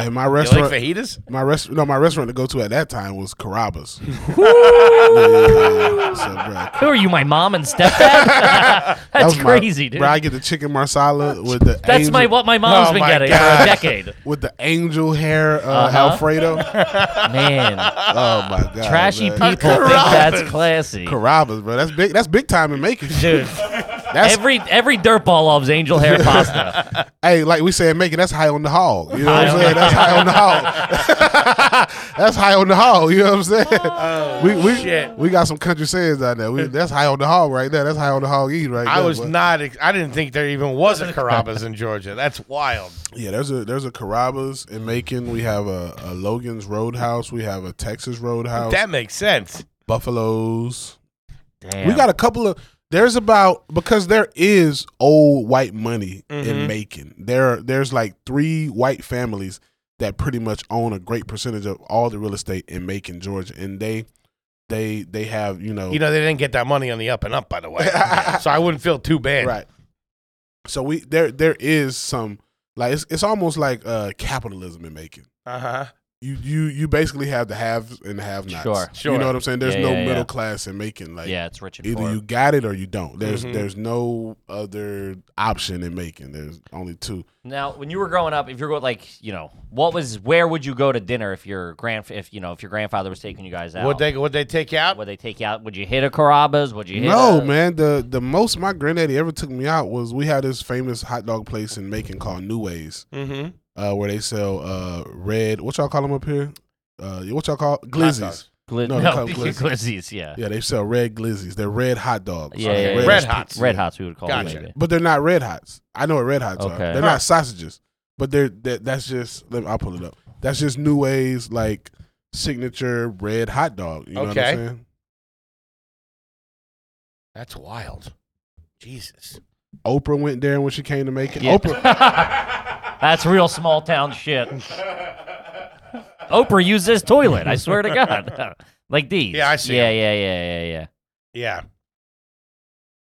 S5: and my
S1: You like
S5: restaurant,
S1: fajitas?
S5: my rest, no, my restaurant to go to at that time was Carrabba's. Yeah, yeah, so, bro,
S2: Who are you, my mom and stepdad?
S5: that
S2: That's
S5: was my-
S2: crazy, dude.
S5: Bro, I get the chicken marsala with the
S2: That's
S5: angel,
S2: my what my mom's
S1: Oh
S2: been
S1: my
S2: getting for a
S1: God.
S2: decade.
S5: with the angel hair uh,
S2: Uh-huh.
S5: Alfredo. oh
S2: Man,
S5: my god,
S2: trashy
S5: Oh, man. Uh,
S2: people think that's classy,
S5: Carrabba's, bro. That's big. That's big time in Macon.
S2: dude.
S5: That's
S2: Every every dirtball loves angel hair pasta.
S5: hey, like we said, make it. That's high on the hog. You know what
S2: High
S5: I'm
S2: on
S5: saying?
S2: the
S5: That's high on the hog. that's high on the hog. You know what I'm saying? we we
S1: shit.
S5: we got some country sayings out there. We, that's high on the hog right there. That's high on the hog eat right
S1: I
S5: there,
S1: was
S5: but-
S1: not. ex- I didn't think there even was a Carrabba's in Georgia. That's wild.
S5: Yeah, there's a there's a Carrabba's in Macon. We have a, a Logan's Roadhouse. We have a Texas Roadhouse.
S1: That makes sense.
S5: Buffaloes.
S2: Damn.
S5: We got a couple of there's about because there is old white money in Macon. There there's like three white families that pretty much own a great percentage of all the real estate in Macon, Georgia, and they they they have you know,
S1: You know they didn't get that money on the up and up, by the way. so I wouldn't feel too bad.
S5: right. So we there there is some like it's it's almost like uh capitalism in Macon.
S1: Uh huh.
S5: You you you basically have the haves and have nots.
S2: Sure.
S1: Sure.
S5: You know what I'm saying? There's
S2: Yeah,
S5: no
S2: yeah, yeah.
S5: middle class in Macon. Like
S2: yeah, it's rich and
S5: either
S2: poor.
S5: you got it or you don't. There's
S2: Mm-hmm.
S1: Mhm.
S5: there's no other option in making. There's only two.
S2: Now, when you were growing up, if you're going like, you know, what was where would you go to dinner if your grand if you know if your grandfather was taking you guys out?
S1: Would they would they take you out?
S2: would they take you out? Would you hit a Carrabba's? Would you hit
S5: No,
S2: a,
S5: man. The the most my granddaddy ever took me out was we had this famous hot dog place in Macon called New Ways,
S1: Mm-hmm.
S5: uh, where they sell uh red. What y'all call them up here? Uh, what y'all call glizzies?
S2: Gli-
S5: No,
S2: no,
S5: they call them glizzies.
S2: glizzies, yeah.
S5: Yeah, they sell red glizzies. They're red hot dogs.
S2: Yeah, yeah, yeah.
S1: Red hots.
S2: Red hots we would call
S1: Gotcha.
S2: them maybe.
S5: But they're not red hots. I know what red hots are.
S2: Okay.
S5: They're
S1: Huh.
S5: not sausages. But they're that, that's just let me, I'll pull it up. That's just New Way's like signature red hot dog. You know what
S1: Okay.
S5: I'm saying?
S1: That's wild. Jesus.
S5: Oprah went there when she came to make it.
S2: Yeah.
S5: Oprah
S2: That's real small town shit. Oprah used this toilet, I swear to God. like these.
S1: Yeah, I see
S2: Yeah,
S1: them.
S2: yeah, yeah, yeah, yeah.
S1: Yeah.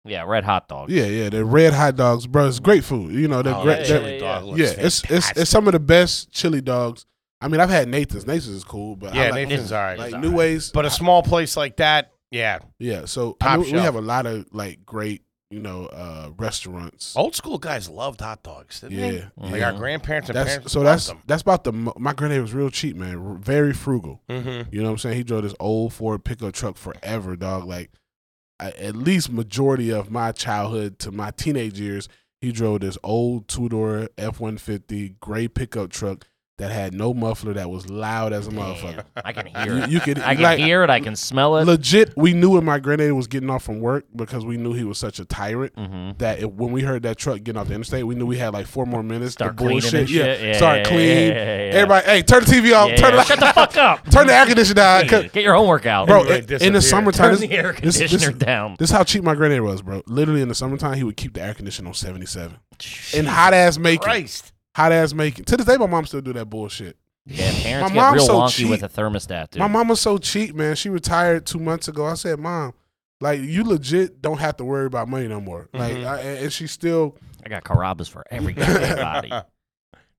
S2: Yeah, red hot dogs.
S5: Yeah, yeah. They're red hot dogs, bro. It's great food. You know, they're
S1: Oh,
S5: great.
S1: that
S2: yeah,
S5: they're-
S1: chili
S2: yeah,
S1: dog looks
S5: yeah, it's it's
S1: fantastic.
S5: it's some of the best chili dogs. I mean, I've had Nathan's. Nathan's is cool, but I
S1: yeah,
S5: like,
S1: Nathan's all right.
S5: like New Ways.
S1: but a small place like that, yeah.
S5: yeah, so I
S1: Top
S5: mean, we
S1: shelf.
S5: have a lot of like great, you know, uh restaurants.
S1: Old school guys loved hot dogs, didn't
S5: yeah,
S1: they?
S5: yeah.
S1: Oh, Like our grandparents and
S5: That's
S1: parents.
S5: so
S1: loved
S5: that's
S1: them.
S5: that's about the mo- my granddad was real cheap, man. R- Very frugal.
S1: Mm-hmm.
S5: You know what I'm saying? He drove this old Ford pickup truck forever, dog. Like I, at least majority of my childhood to my teenage years, he drove this old two door F one fifty gray pickup truck that had no muffler that was loud as a motherfucker.
S2: Damn, I can hear
S5: You,
S2: it.
S5: you could
S2: I can
S5: like,
S2: hear it. I can smell it.
S5: legit. We knew when my granddad was getting off from work because we knew he was such a tyrant
S2: mm-hmm.
S5: that it, when we heard that truck getting off the interstate, we knew we had like four more minutes
S2: Start
S5: to
S2: cleaning
S5: bullshit.
S2: and shit.
S5: Yeah.
S2: Yeah,
S5: start
S2: yeah,
S5: clean.
S2: yeah, yeah, yeah.
S5: Everybody, hey, turn the TV off.
S2: Yeah,
S5: turn
S2: yeah.
S5: the
S2: Shut the fuck up.
S5: turn the air conditioner down. 'cause-
S2: Get your homework out.
S5: bro,
S1: Everybody
S5: in- in the
S1: disappeared.
S5: summertime,
S2: Turn
S5: this,
S2: the air
S5: this-
S2: conditioner
S5: this-
S2: down.
S5: this is how cheap my granddad was, bro. Literally in the summertime, he would keep the air conditioner on seventy seven in hot ass making,
S1: Christ.
S5: hot ass making. To this day, my mom still do that bullshit.
S2: Yeah, parents get
S5: My mom's
S2: real
S5: so
S2: wonky
S5: cheap.
S2: with a thermostat, dude.
S5: My mom was so cheap, man. She retired two months ago. I said, Mom, like you legit don't have to worry about money no more. Like,
S1: Mhm.
S5: I, and and she still
S2: I got Carrabba's for every goddamn body.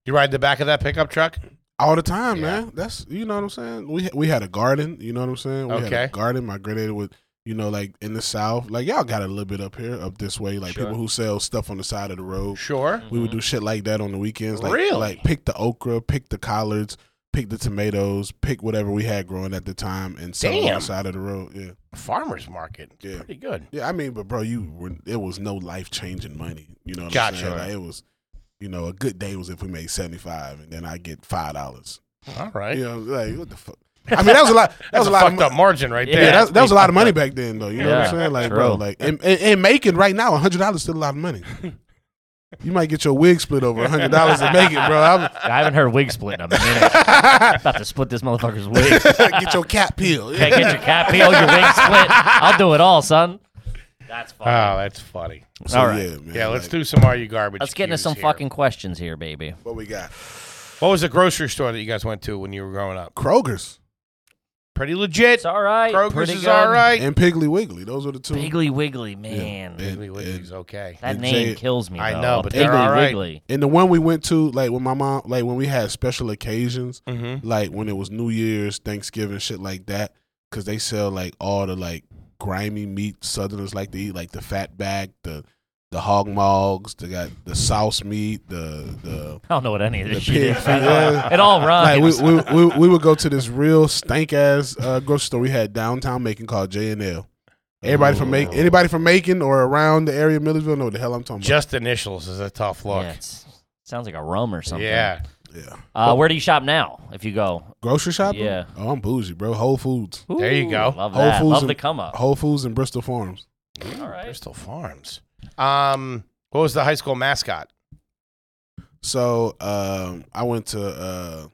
S1: You ride the back of that pickup truck?
S5: All the time,
S1: Yeah.
S5: man. That's you know what I'm saying. We we had a garden, you know what I'm saying. We had a
S1: Okay.
S5: garden. My granddad would, you know, like in the south, like y'all got a little bit up here, up this way, like
S2: Sure.
S5: people who sell stuff on the side of the road.
S1: Sure.
S5: We would do shit like that on the weekends. Like,
S1: Mm-hmm. Really?
S5: Like pick the okra, pick the collards, pick the tomatoes, pick whatever we had growing at the time, and sell it on
S1: Damn.
S5: the side of the road. Yeah,
S1: Farmer's market. It's
S5: Yeah.
S1: Pretty good.
S5: yeah. I mean, but bro, you were, it was no life changing money. You know what
S1: Gotcha.
S5: I'm saying? Like, it was, you know, a good day was if we made seventy five, and then I get five dollars.
S1: All right.
S5: You know, like what the fuck? I mean, that was a lot. That
S1: That's
S5: was
S1: a
S5: a lot. Of,
S1: fucked
S5: mo-
S1: up margin right
S2: Yeah,
S5: yeah,
S1: there.
S5: that, that was a lot of money
S2: Yeah.
S5: back then, though. You know what I'm
S2: Yeah,
S5: saying? Like, bro,
S2: true.
S5: like, and, and, and making right now, hundred dollars still a lot of money. You might get your wig split over hundred dollars to make it, bro. I'm,
S2: I haven't heard wig split in a minute. About to split this motherfucker's wig.
S5: get your cat peeled.
S2: Can't get your cap peeled, your wig split. I'll do it all, son. That's fine.
S1: oh, that's funny.
S5: Uh, So,
S2: all right.
S5: yeah, man.
S1: Yeah, let's
S5: like,
S1: do some Are You Garbage.
S2: Let's get into
S1: cues
S2: some
S1: here.
S2: fucking questions here, baby.
S5: what we got.
S1: What was the grocery store that you guys went to when you were growing up?
S5: Kroger's
S1: Pretty legit.
S2: It's all right.
S1: Kroger's
S2: pretty
S1: is
S2: good.
S1: all right.
S5: and Piggly Wiggly. Those are the two.
S2: Piggly Wiggly, man.
S5: Yeah.
S1: Piggly Wiggly's okay.
S2: That
S5: And
S2: name
S5: Jay-
S2: kills me.
S1: I
S2: though.
S1: know, but
S2: Piggly
S1: they're all right.
S2: Wiggly.
S5: And the one we went to, like when my mom, like when we had special occasions,
S1: Mm-hmm.
S5: like when it was New Year's, Thanksgiving, shit like that, because they sell like all the like grimy meat Southerners like to eat, like the fat back, the the hog mogs, they got the sauce meat, the the
S2: I don't know what any of this
S5: The
S2: shit is.
S5: pig feet, yeah.
S2: It all
S5: like
S2: rhymes.
S5: we we, we we would go to this real stank ass uh, grocery store we had downtown Macon called J and L, Everybody from Macon, anybody from Macon or around the area of Millersville know what the hell I'm talking
S1: Just initials is a tough look.
S2: Yeah, it's, sounds like a rum or something.
S1: Yeah.
S5: about. Yeah.
S2: Uh, where do you shop now? If you go,
S5: Grocery shopping?
S2: Yeah.
S5: Oh, I'm bougie, bro. Whole Foods.
S1: There you
S2: Ooh,
S1: go.
S2: Love
S5: Whole
S2: that.
S5: Foods
S2: Love
S5: and- Oh,
S2: the come up.
S5: Whole Foods and Bristol Farms.
S2: All right.
S1: Bristol Farms. Um, what was the high school mascot?
S5: So um, I went to uh,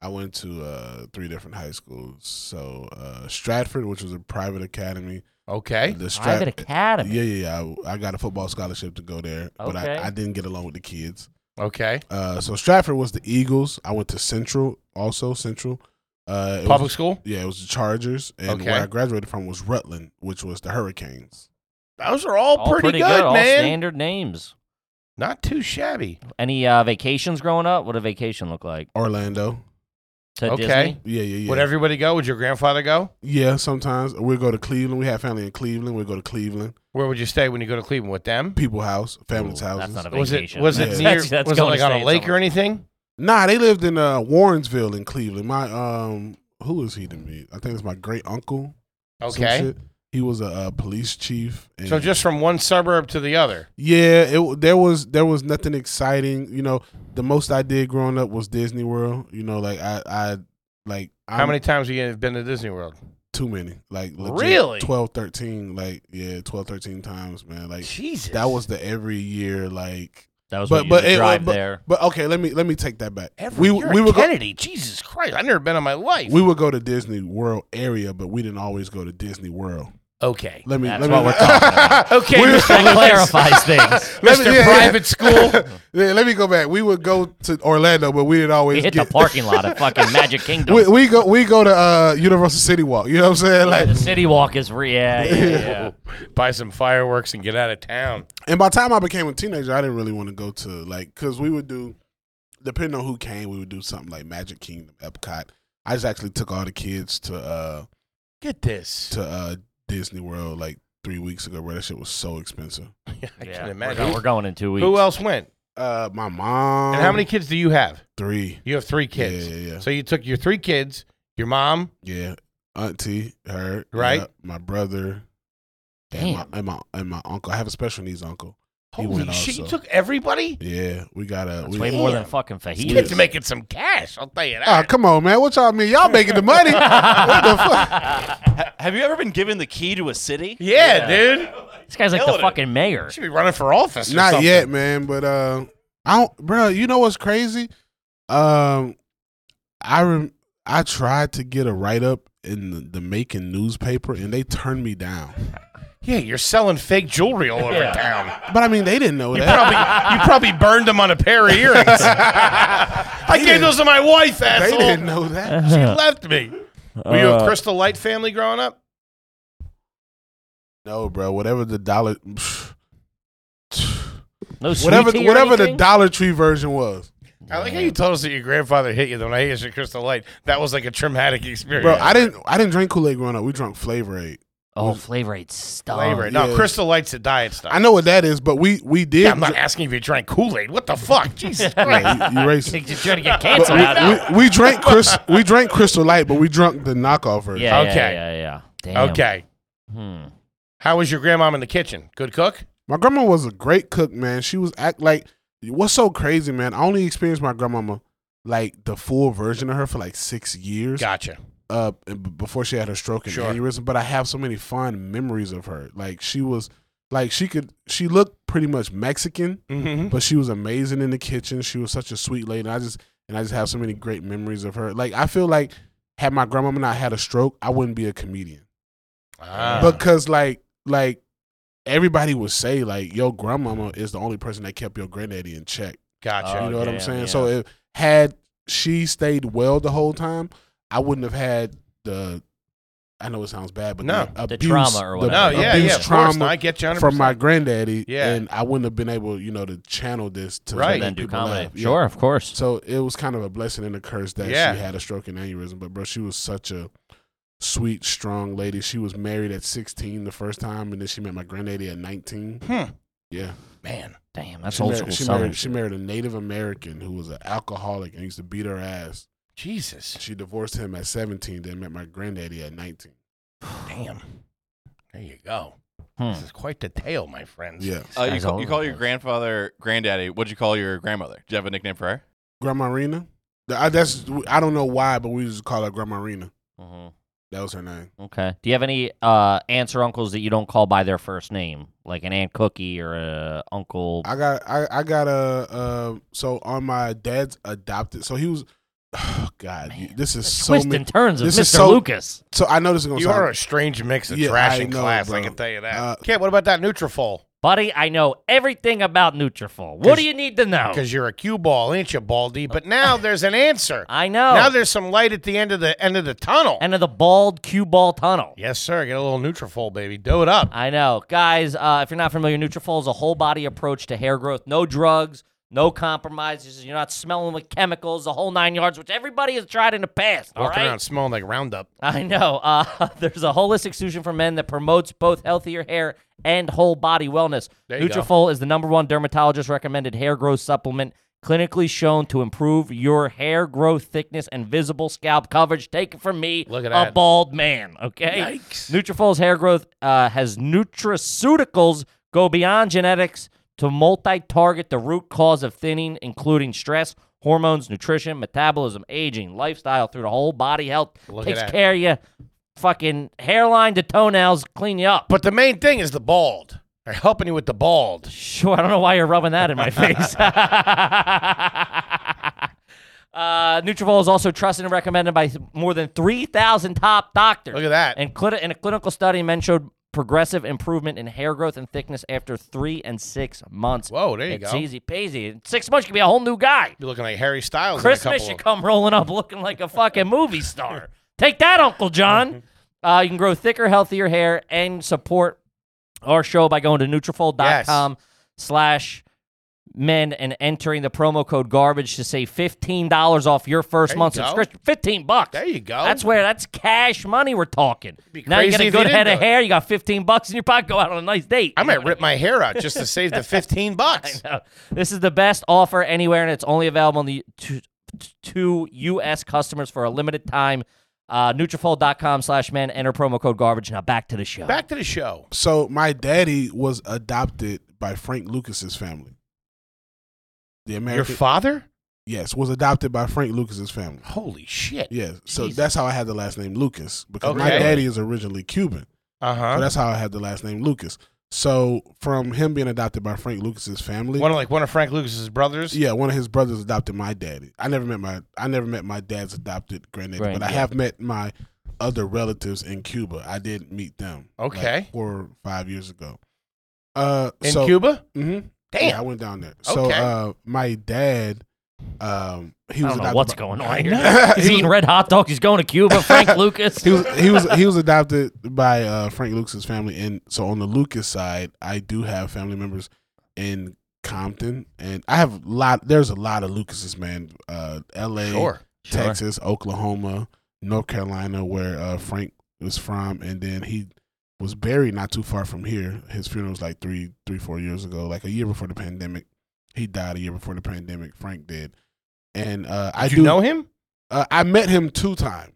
S5: I went to uh, three different high schools. So uh, Stratford, which was a private academy.
S1: Okay.
S5: The Strat-
S2: Private Academy.
S5: Yeah, yeah, yeah. I, I got a football scholarship to go there, but
S2: Okay.
S5: I, I didn't get along with the kids.
S1: Okay.
S5: Uh, so Stratford was the Eagles. I went to Central, also Central. Uh, it was-
S1: Public school?
S5: yeah, it was the Chargers, and
S1: Okay.
S5: where I graduated from was Rutland, which was the Hurricanes.
S1: Those are all,
S2: All
S1: pretty, good,
S2: all
S1: man.
S2: standard names.
S1: Not too shabby.
S2: Any uh, vacations growing up? What a vacation look like
S5: Orlando.
S2: to
S1: Okay.
S2: Disney?
S5: Yeah, yeah, yeah.
S1: Would everybody go? Would your grandfather go?
S5: Yeah, sometimes we go to Cleveland. We have family in Cleveland. We go to Cleveland.
S1: Where would you stay when you go to Cleveland with them?
S5: People house, family's
S2: Ooh,
S5: houses.
S2: That's not a
S1: Was it
S2: vacation.
S1: was it
S5: Yeah.
S1: near,
S2: That's- that's
S1: was it
S2: going
S1: like
S2: to
S1: on a
S2: stay
S1: lake or
S2: somewhere.
S1: anything?
S5: Nah, they lived in uh, Warrensville in Cleveland. My um, who is he to me? I think it's my great uncle. some
S1: Okay.
S5: shit. He was a, uh police chief. And
S1: So just from one suburb to the other.
S5: yeah, it there was there was nothing exciting. You know, the most I did growing up was Disney World. You know, like I I like
S1: How
S5: I'm-
S1: many times have you been to Disney World?
S5: too many like legit,
S1: Really?
S5: 12 13 like yeah 12 13 times man like
S1: Jesus.
S5: that was the every year like
S2: That was
S5: But-
S2: what you
S5: but
S2: would
S5: it-
S2: drive
S5: but-
S2: there.
S5: but okay let me let me take that back
S1: Every, we,
S5: we
S1: we
S5: we would go
S1: Kennedy. Jesus Christ. I've never been in my life.
S5: we would go to Disney World area but we didn't always go to Disney World
S1: okay.
S5: let me
S2: That's
S5: let
S2: what
S5: me
S2: we're talking about.
S1: Okay.
S5: We-
S1: Mr.
S2: That
S1: Lewis.
S2: clarifies things.
S5: Let
S1: Mr.
S5: me- yeah, yeah.
S1: Private School.
S5: Yeah, let me go back we would go to Orlando but we didn't always
S2: We hit the
S5: get
S2: parking lot at fucking Magic Kingdom.
S5: we, we go we go to uh Universal City Walk you know what I'm saying like
S2: the City Walk is real. Yeah, yeah, yeah.
S1: Buy some fireworks and get out of town.
S5: And by the time I became a teenager, I didn't really want to go to like because we would do, depending on who came, we would do something like Magic Kingdom, Epcot. I just actually took all the kids to uh
S1: Get this.
S5: to uh Disney World like three weeks ago, where that shit was so expensive.
S1: I
S2: Yeah.
S1: can
S2: We're,
S1: imagine.
S2: go- we're going in two weeks.
S1: Who else went?
S5: Uh, my mom.
S1: And how many kids do you have?
S5: Three
S1: You have three kids.
S5: Um, Yeah, yeah, yeah.
S1: So you took your three kids, your mom,
S5: yeah, auntie, her,
S1: Right.
S5: yeah, my brother, and my,
S2: Damn.
S5: and my and my uncle. I have a special needs uncle. He
S1: Holy
S5: went
S1: shit! You
S5: also.
S1: took everybody.
S5: Yeah, we got a.
S2: That's
S5: We,
S2: way more
S1: Damn.
S2: than fucking
S1: These
S2: fajitas.
S1: kids are making some cash. I'll tell you that.
S5: Oh, come on, man! What y'all mean? Y'all making the money? what the fuck?
S4: Ha- have you ever been given the key to a city?
S1: yeah, dude.
S2: This guy's like the
S4: Killing it.
S2: fucking mayor.
S1: Should be running for office. or
S5: Not
S1: something.
S5: yet, man. But uh, I don't, bro. You know what's crazy? Um, I rem- I tried to get a write up in the, the Macon newspaper, and they turned me down.
S1: Yeah, you're selling fake jewelry all over
S2: Yeah.
S1: town.
S5: But I mean, they didn't know that.
S1: Probably, you probably burned them on a pair of earrings. I gave those to my wife,
S5: They
S1: asshole. Uh-huh.
S5: didn't know that.
S1: She left me. Were you a Crystal Light family growing up?
S5: No, bro. Whatever the dollar,
S2: No sweet
S5: whatever
S2: tea or
S5: whatever the
S2: anything?
S5: Dollar Tree version was,
S1: I like how you told us that your grandfather hit you. Then I hit you with Crystal Light. That was like a traumatic experience.
S5: bro. I didn't I didn't drink Kool Aid growing up. We drunk Flavor Aid.
S2: Oh, flavor aid stuff.
S1: flavor. No,
S5: yeah.
S1: Crystal Light's a diet stuff.
S5: I know what that is, but we we did.
S1: Yeah, I'm not asking if you drank Kool Aid. What the fuck, Jesus Christ?
S5: you, you racist.
S2: You're trying to get canceled out of
S5: But we, we, we drank Chris. We drank Crystal Light, but we drunk the knockoff version.
S2: Yeah, yeah,
S1: Okay.
S2: yeah, yeah. Damn.
S1: Okay.
S2: Hmm.
S1: How was your grandmom in the kitchen? Good cook?
S5: My grandma was a great cook, man. She was act like what's so crazy, man. I only experienced my grandmama like the full version of her for like six years,
S1: Gotcha.
S5: uh, b- before she had her stroke and
S1: Sure.
S5: aneurysm. But I have so many fond memories of her. Like she was, like she could, she looked pretty much Mexican,
S1: Mm-hmm.
S5: but she was amazing in the kitchen. She was such a sweet lady. And I just and I just have so many great memories of her. Like I feel like had my grandmama not had a stroke, I wouldn't be a comedian
S1: Ah.
S5: because like like everybody would say like your grandmama is the only person that kept your granddaddy in check.
S1: gotcha.
S5: You
S2: Oh,
S5: know what I'm
S2: damn,
S5: saying?
S2: yeah.
S5: So if had she stayed well the whole time, I wouldn't have had the. I know it sounds bad, but
S1: No.
S5: the,
S2: The
S5: abuse-
S2: trauma or
S1: no,
S2: whatever.
S1: yeah,
S5: abuse
S1: yeah. Of course, no, I get you 100%.
S5: from my granddaddy,
S1: Yeah.
S5: and I wouldn't have been able, you know, to channel this to
S1: Right.
S5: make
S2: Then do
S5: people
S2: comedy.
S5: laugh. Yeah.
S2: Sure, of course.
S5: So it was kind of a blessing and a curse that
S1: Yeah.
S5: she had a stroke and aneurysm. But bro, she was such a sweet, strong lady. She was married at 16 the first time, and then she met my granddaddy at 19.
S1: Hmm.
S5: Yeah,
S1: man.
S2: Damn, that's
S5: she
S2: old
S5: married,
S2: school
S5: she,
S2: Southern.
S5: married, she married a Native American who was an alcoholic and used to beat her ass.
S1: Jesus.
S5: She divorced him at 17, then met my granddaddy at 19.
S1: Damn. There you go.
S2: Hmm.
S1: This is quite the tale, my friends.
S5: Yeah.
S4: Uh, you,
S2: Guy's
S4: call,
S2: all
S4: you
S2: over
S4: call
S2: the
S4: your
S2: place.
S4: grandfather granddaddy. What'd you call your grandmother? Do you have a nickname for her?
S5: Grandma Rena. Th- I, that's I don't know why, but we used to call her Grandma Rena.
S2: Mm-hmm.
S5: That was her name.
S2: Okay. Do you have any uh, aunts or uncles that you don't call by their first name, like an aunt Cookie or a uncle?
S5: I got I, I got a uh, so on my dad's adopted. So he was. Oh God, you- this is so
S2: Twist
S5: many.
S2: and turns of
S5: this
S2: Mr.
S5: is so-
S2: Lucas.
S5: So I know this is gonna
S1: You
S5: sound.
S1: are a strange mix of
S5: Yeah,
S1: trash
S5: I
S1: and
S5: know,
S1: class, I
S5: bro.
S1: can tell you that.
S5: Uh,
S1: Kid, what about that Nutrafol?
S2: Buddy, I know everything about Nutrafol. What do
S1: 'Cause-
S2: you need to know?
S1: Because you're a cue ball, ain't you, Baldy? But now there's an answer.
S2: I know.
S1: Now there's some light at the end of the end of the tunnel.
S2: End of the bald cue ball tunnel.
S1: yes, sir. Get a little Nutrafol, baby. Do it up.
S2: I know. Guys, uh, if you're not familiar, Nutrafol is a whole body approach to hair growth. No drugs, no compromises. You're not smelling with chemicals, the whole nine yards, which everybody has tried in the past. all
S1: Walking
S2: right?
S1: around smelling like Roundup.
S2: I know. Uh, there's a holistic solution for men that promotes both healthier hair and whole body wellness.
S1: There you go.
S2: Nutrafol is the number one dermatologist recommended hair growth supplement, clinically shown to improve your hair growth thickness and visible scalp coverage. Take it from me,
S1: Look
S2: a
S1: at that.
S2: bald man. Okay.
S1: Yikes.
S2: Nutrafol's hair growth uh, has nutraceuticals go beyond genetics to multi-target the root cause of thinning, including stress, hormones, nutrition, metabolism, aging, lifestyle, through the whole body health.
S1: Look at
S2: Takes
S1: that.
S2: care of you, fucking hairline to toenails, clean you up.
S1: But the main thing is the bald. They're helping you with the bald.
S2: Sure, I don't know why you're rubbing that in my face. uh, Nutrafol is also trusted and recommended by more than 3,000 top doctors.
S1: Look at that.
S2: And clini- in a clinical study, men showed progressive improvement in hair growth and thickness after three and six months.
S1: Whoa, there you
S2: it's
S1: go.
S2: easy peasy. In six months, you can be a whole new guy.
S1: You're looking like Harry Styles. in a
S2: Christmas
S1: couple
S2: should
S1: of-
S2: come rolling up looking like a fucking movie star. Take that, Uncle John. Uh, you can grow thicker, healthier hair and support our show by going to Nutrafol.com slash men and entering the promo code garbage to save $15 off your first
S1: There you
S2: month
S1: go.
S2: subscription. 15 bucks.
S1: There you go.
S2: That's where that's cash money we're talking.
S1: be
S2: Now you get
S1: crazy
S2: a
S1: if you
S2: good
S1: didn't
S2: head
S1: do
S2: of
S1: it.
S2: hair, you got 15 bucks in your pocket, go out on a nice date.
S1: I
S2: You know
S1: might
S2: what
S1: rip my hair out just to save the 15 bucks.
S2: no. This is the best offer anywhere, and it's only available in the to, to U.S. customers for a limited time. Uh, Nutrafol.com slash men. Enter promo code garbage. Now back to the show.
S1: Back to the show.
S5: So my daddy was adopted by Frank Lucas's family. The
S1: Your
S5: American
S1: father?
S5: yes was adopted by Frank Lucas's family.
S1: Holy shit.
S5: Yes, so
S2: Jesus.
S5: that's how I had the last name Lucas because my
S1: Okay.
S5: daddy is originally Cuban,
S1: Uh
S5: so
S1: huh.
S5: that's how I had the last name Lucas. So from him being adopted by Frank Lucas's family,
S1: One of like one of Frank Lucas's brothers.
S5: yeah, one of his brothers adopted my daddy. I never met my I never met my dad's adopted granddaddy, but I
S2: Granddaddy.
S5: have met my other relatives in Cuba. I did meet them. like,
S1: Okay.
S5: four or five years ago. Uh,
S1: In
S5: so,
S1: Cuba?
S5: hmm
S1: Damn.
S5: Yeah, I went down there. So
S1: Okay.
S5: uh, my dad, um, he
S2: I
S5: was
S2: don't know
S5: adopted
S2: what's
S5: by-
S2: going
S5: I
S2: on
S5: know.
S2: here. He's
S5: He
S2: eating red hot dogs. He's going to Cuba. Frank Lucas.
S5: he was he was he was adopted by uh, Frank Lucas's family, and so on the Lucas side, I do have family members in Compton, and I have a lot. There's a lot of Lucas's man, uh, L.A.,
S1: Sure.
S2: Sure.
S5: Texas, Oklahoma, North Carolina, where uh, Frank was from, and then he was buried not too far from here. His funeral was like three, three, four years ago, like a year before the pandemic. He died a year before the pandemic. Frank did, and uh, I
S1: Did
S5: do
S1: you know him?
S5: uh, I met him two times,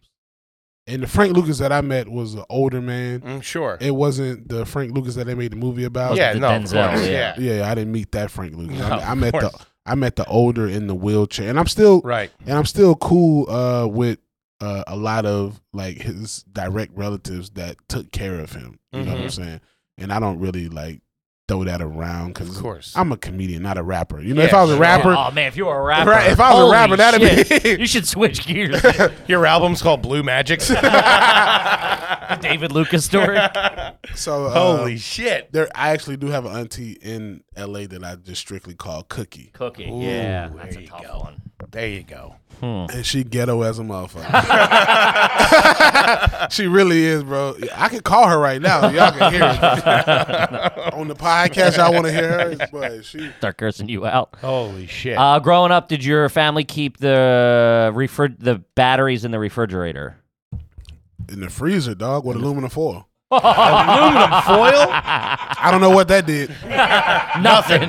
S5: and the Frank Lucas that I met was an older man.
S1: I'm Mm, sure.
S5: It wasn't the Frank Lucas that they made the movie about.
S1: yeah,
S2: the
S1: no, of
S2: Denzel,
S1: course,
S2: yeah.
S1: yeah.
S5: yeah, I didn't meet that Frank Lucas.
S1: No,
S5: I, I
S1: of
S5: met the
S1: course.
S5: I met the older in the wheelchair, and I'm still
S1: Right.
S5: and I'm still cool uh, with uh, a lot of like his direct relatives that took care of him. You know what I'm
S1: Mhm.
S5: saying? And I don't really like throw that around
S1: Of
S5: because
S1: course.
S5: I'm a comedian, not a rapper. You know, if
S1: Yeah,
S5: I was a
S1: sure.
S5: rapper,
S2: Oh man, if you were a rapper,
S5: Right, if I was a
S2: holy
S5: rapper, that'd
S2: shit.
S5: be-
S2: you should switch gears.
S1: Your album's called Blue Magics.
S2: David Lucas story.
S5: so uh,
S1: Holy shit.
S5: There, I actually do have an auntie in L.A. that I just strictly call Cookie,
S2: Cookie.
S1: Ooh,
S2: yeah,
S1: there
S2: that's a
S1: you
S2: tough
S1: go.
S2: one.
S1: There you go.
S5: and she ghetto as a motherfucker. she really is, bro. I could call her right now. Y'all can hear it on the podcast. Y'all want to hear her, but she.
S2: Start cursing you out.
S1: Holy shit.
S2: Uh, growing up, did your family keep the refri- the batteries in the refrigerator?
S5: in the freezer, dog, with aluminum foil.
S1: aluminum foil?
S5: I don't know what that did.
S2: Nothing.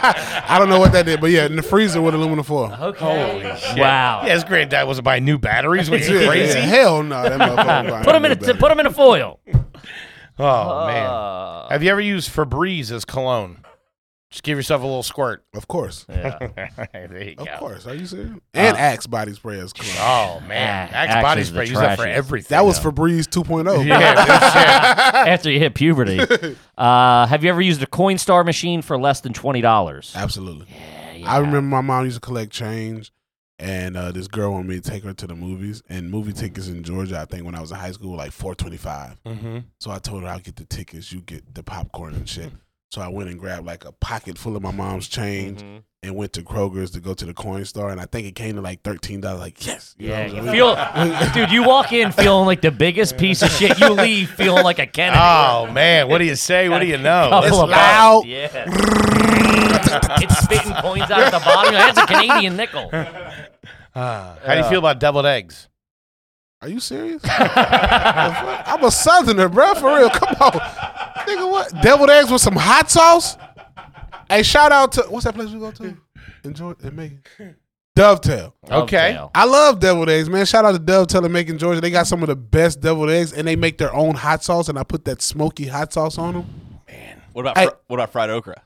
S2: Yeah.
S5: I don't know what that did, but yeah, in the freezer with aluminum foil.
S2: Okay. Wow.
S1: Yeah, his granddad wasn't buying new batteries. Was he
S5: Yeah,
S1: crazy?
S5: yeah, hell no, that motherfucker.
S2: Put them in a t- put 'em in a foil.
S1: Oh man, have you ever used Febreze as cologne? Just give yourself a little squirt.
S5: Of course.
S2: yeah.
S1: there you
S5: Of
S1: go.
S5: course. Are you serious?
S1: Uh,
S5: And Axe body spray is cologne.
S1: Oh man,
S2: Ah,
S1: Axe
S2: Axe
S1: body
S2: is the
S1: spray. Use that for
S2: trashiest.
S1: everything.
S5: That was Febreze oh. 2.0.
S1: yeah, good shit.
S2: After you hit puberty, uh, have you ever used a Coinstar machine for less than twenty dollars?
S5: Absolutely. I remember my mom used to collect change, and uh, this girl wanted me to take her to the movies. And movie tickets in Georgia, I think when I was in high school, were like four twenty five.
S1: Mhm.
S5: So I told her I'll get the tickets, you get the popcorn and shit. So I went and grabbed like a pocket full of my mom's change
S2: Mm-hmm.
S5: and went to Kroger's to go to the Coin Star, and I think it came to like thirteen dollars. Like yes, You know
S2: Yeah,
S5: what I'm
S2: you feel,
S5: saying?
S2: dude. You walk in feeling like the biggest piece of shit. You leave feeling like a Kennedy.
S1: Oh man, what do you say? What do you know?
S2: Couple
S1: It's
S2: of
S1: loud.
S5: loud.
S2: bucks. Yeah. it's spitting coins out at the bottom. You're like, That's a Canadian nickel.
S1: Ah, How do you feel about deviled eggs?
S5: Are you serious? The fuck? I'm a Southerner, bro. For real, come on, nigga. What deviled eggs with some hot sauce? Hey, shout out to what's that place we go to? Enjoy in Macon. Dovetail.
S1: Okay.
S2: Dovetail.
S5: I love deviled eggs, man. Shout out to Dovetail in Macon, Georgia. They got some of the best deviled eggs, and they make their own hot sauce. And I put that smoky hot sauce on them.
S4: What about
S5: Hey.
S4: fr- what about fried okra?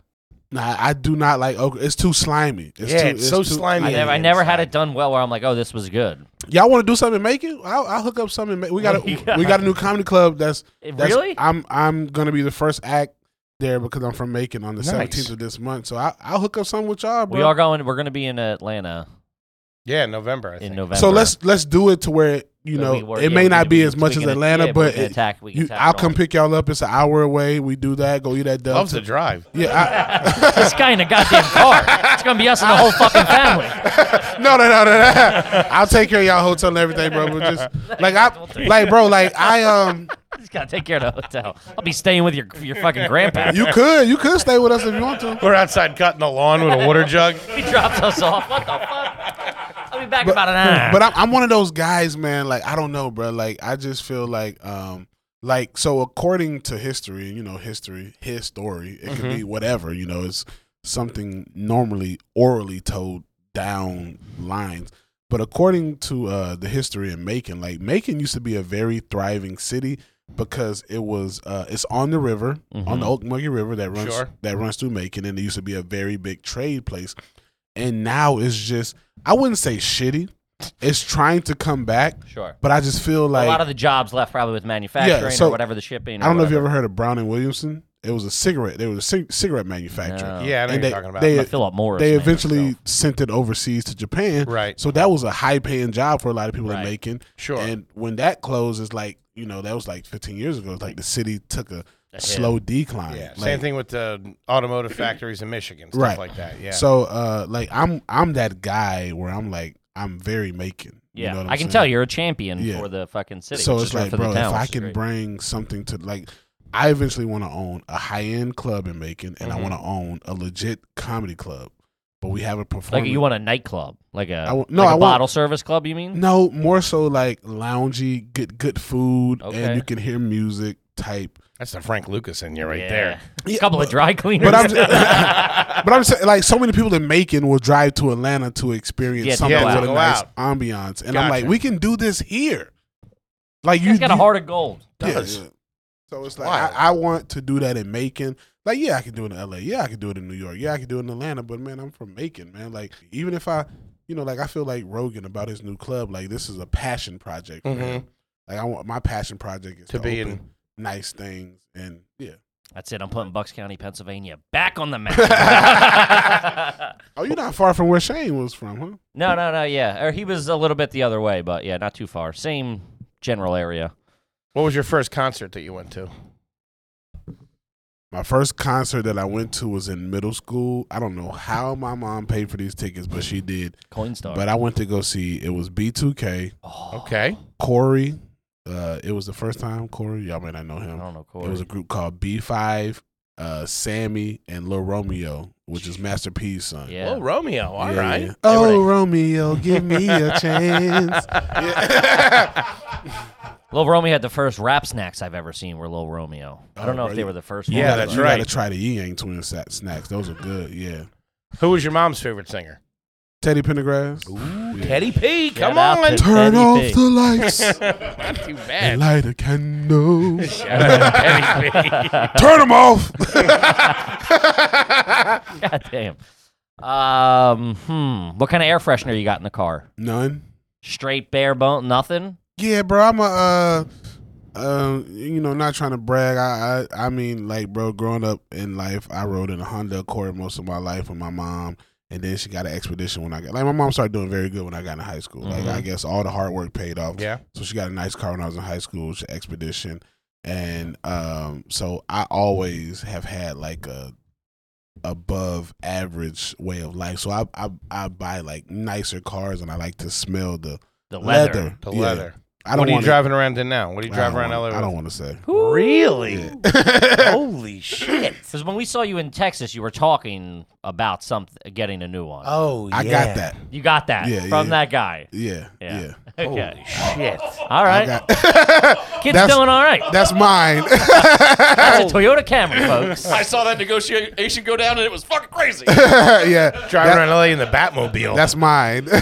S5: Nah, I do not like okra. It's too slimy. It's
S1: Yeah,
S5: too,
S1: it's so slimy.
S2: I
S5: yeah.
S2: never, I never had it done well where I'm like, oh, this was good.
S5: Y'all want to do something in Macon? I'll, I'll hook up something. in Ma- We got
S2: Oh
S5: a, we got a new comedy club. That's,
S2: Eh,
S5: that's-
S2: really?
S5: I'm I'm gonna be the first act there because I'm from Macon on the
S1: Nice.
S5: seventeenth of this month. So I, I'll hook up something with y'all, bro.
S2: We are going. We're going to be in Atlanta
S1: Yeah, November. I think.
S2: in November.
S5: so let's let's do it to where you
S2: So
S5: know
S2: we work-
S5: it
S2: yeah,
S5: may
S2: we
S5: not
S2: can-
S5: be
S2: we
S5: as
S2: can-
S5: much
S2: we
S5: as
S2: can-
S5: Atlanta,
S2: yeah, we
S5: but
S2: can
S5: it-
S2: attack- we can
S5: you,
S2: attack
S5: I'll
S2: it
S5: come
S2: on.
S5: pick y'all up. It's an hour away. We do that. Go eat that
S1: Loves
S5: dove.
S1: the drive.
S5: Yeah. I,
S2: this guy in a goddamn car. It's gonna be us and the whole fucking family.
S5: no, no, no, no, no. I'll take care of y'all hotel and everything, bro. But just like I, like bro, like I um.
S2: Just gotta take care of the hotel. I'll be staying with your your fucking grandpa.
S5: You could, you could stay with us if you want to.
S1: We're outside cutting the lawn with a water jug.
S2: he drops us off. What the fuck? I'll be back in about an hour.
S5: But I'm, I'm one of those guys, man. Like I don't know, bro. Like I just feel like, um, like so according to history, you know, history, his story, it could be whatever. You know, it's something normally orally told down lines. But according to uh, the history in Macon, like Macon used to be a very thriving city because it was uh, it's on the river, on the Okmulgee River that runs
S1: Sure.
S5: that runs through Macon, and it used to be a very big trade place. And now it's just I wouldn't say shitty. It's trying to come back,
S2: sure.
S5: but I just feel like
S2: a lot of the jobs left probably with manufacturing
S5: so-
S2: or whatever the shipping. Or
S5: I don't know if you
S2: whatever.
S5: ever heard of Brown and Williamson. It was a cigarette. They were a cig- cigarette manufacturer.
S1: Yeah,
S2: No.
S1: I know
S5: And
S1: what you're
S5: they-
S1: talking about.
S5: they-
S2: I'm a Philip Morris.
S5: They
S2: man,
S5: eventually
S2: so.
S5: sent it overseas to Japan.
S1: Right.
S5: So that was a high paying job for a lot of people
S2: Right.
S5: in Macon.
S1: Sure.
S5: And when that closed, it's like, you know, that was like 15 years ago. It's like the city took a
S2: hit.
S5: slow decline.
S1: yeah.
S5: Like,
S1: Same thing with the automotive factories in Michigan, stuff
S5: Right.
S1: like that. Yeah.
S5: So, uh, like, I'm I'm that guy where I'm like, I'm very Macon.
S2: Yeah,
S5: You know what
S2: I
S5: I'm
S2: can
S5: saying?
S2: tell you're a champion
S5: Yeah.
S2: for the fucking city.
S5: So
S2: which
S5: it's
S2: is right
S5: like,
S2: for the
S5: bro, if
S2: town,
S5: I
S2: which is
S5: can
S2: great.
S5: bring something to like, I eventually want to own a high end club in Macon, and I
S1: Mhm.
S2: Mm-hmm.
S5: want to own a legit comedy club, but we have a
S2: like
S5: performance.
S2: you want a nightclub, like a
S5: I want- no,
S2: like a
S5: I want-
S2: bottle service club. You mean?
S5: no more so like loungy, good good food,
S2: Okay.
S5: and you can hear music type.
S1: That's the Frank Lucas in you right
S2: Yeah.
S1: there.
S2: A couple of dry cleaners.
S5: But I'm, but I'm saying like so many people in Macon will drive to Atlanta to experience
S2: Yeah, to
S5: something
S2: go out.
S5: with a
S1: Go
S5: nice
S1: out.
S5: ambiance, and I'm
S1: Gotcha.
S5: like, we can do this here. Like you
S2: He's got a
S5: you-
S2: heart of gold.
S5: Yeah,
S1: Does.
S5: yeah. So it's like
S1: Wild.
S5: I, I want to do that in Macon. Like, yeah, I can do it in LA. Yeah, I can do it in New York. Yeah, I can do it in Atlanta. But man, I'm from Macon, man. Like, even if I, you know, like I feel like Rogan about his new club. Like, this is a passion project. for him. Like, I want my passion project is
S1: Mm-hmm. To
S5: to,
S1: be
S5: be
S1: in-
S5: nice things and yeah.
S2: That's it. I'm putting Bucks County, Pennsylvania, back on the map.
S5: Oh, you're not far from where Shane was from, huh?
S2: no, no, no. Yeah, or he was a little bit the other way, but yeah, not too far. Same general area.
S1: What was your first concert that you went to?
S5: My first concert that I went to was in middle school. I don't know how my mom paid for these tickets, but she did.
S2: Coinstar.
S5: But I went to go see. It was B2K.
S2: oh,
S1: Okay.
S5: Corey. Uh, it was the first time Corey. Y'all may not know
S2: I
S5: him.
S2: don't know.
S1: Oh,
S5: It was a group called B5, uh, Sammy, and Lil Romeo, which is Master P's son.
S2: Yeah.
S1: Oh, Romeo. All right.
S5: Yeah, yeah. Oh,
S1: They were-
S5: Romeo, give me a chance.
S2: Lil Romeo had the first rap snacks I've ever seen were Lil Romeo. I don't
S5: Oh,
S2: know if
S5: bro,
S2: they
S5: you-
S2: were the first
S1: Yeah,
S2: ones,
S1: that's
S2: but-
S5: you
S1: right.
S5: gotta try the Ying Yang Twin sa- snacks. Those are good. Yeah.
S1: Who was your mom's favorite singer?
S5: Teddy Pendergrass.
S1: Teddy P, come
S2: out
S1: on.
S2: to-
S5: Turn
S2: Teddy
S5: off
S2: P.
S5: the lights
S1: Not too bad.
S5: and light a candle.
S1: Teddy P.
S5: Turn them off.
S2: God damn. Um, hmm. What kind of air freshener you got in the car?
S5: None.
S2: Straight bare bone, nothing.
S5: Yeah, bro. I'm a, uh, uh, you know, not trying to brag. I, I, I mean, like, bro, growing up in life, I rode in a Honda Accord most of my life with my mom, and then she got an Expedition when I got. Like, my mom started doing very good when I got in high school.
S2: Mhm.
S5: Like, I guess all the hard work paid off.
S1: Mm-hmm. Yeah.
S5: So she got a nice car when I was in high school, which is Expedition, and um, so I always have had like a above average way of life. So I, I, I buy like nicer cars, and I like to smell the
S2: The
S5: leather.
S2: leather.
S1: The
S5: Yeah.
S1: leather.
S5: I
S1: what
S5: don't
S1: are you
S5: want
S1: driving around in now? What do you
S5: I
S1: drive
S5: don't
S1: around
S5: wanna-
S1: LA?
S5: I don't want to say.
S1: Really? Holy shit.
S2: Because when we saw you in Texas, you were talking about something, getting a new one.
S1: Oh,
S5: I got that.
S2: you got that
S5: Yeah,
S2: from
S5: yeah.
S2: that guy.
S5: Yeah,
S2: Yeah.
S5: yeah.
S2: Okay.
S1: Oh. Shit.
S2: All
S5: I
S2: right.
S5: got,
S2: Kid's
S5: That's-
S2: doing all right.
S5: that's mine.
S2: That's a Toyota Camry, folks.
S4: I saw that negotiation go down and it was fucking crazy.
S5: yeah,
S1: Driving around LA in the Batmobile.
S5: that's mine.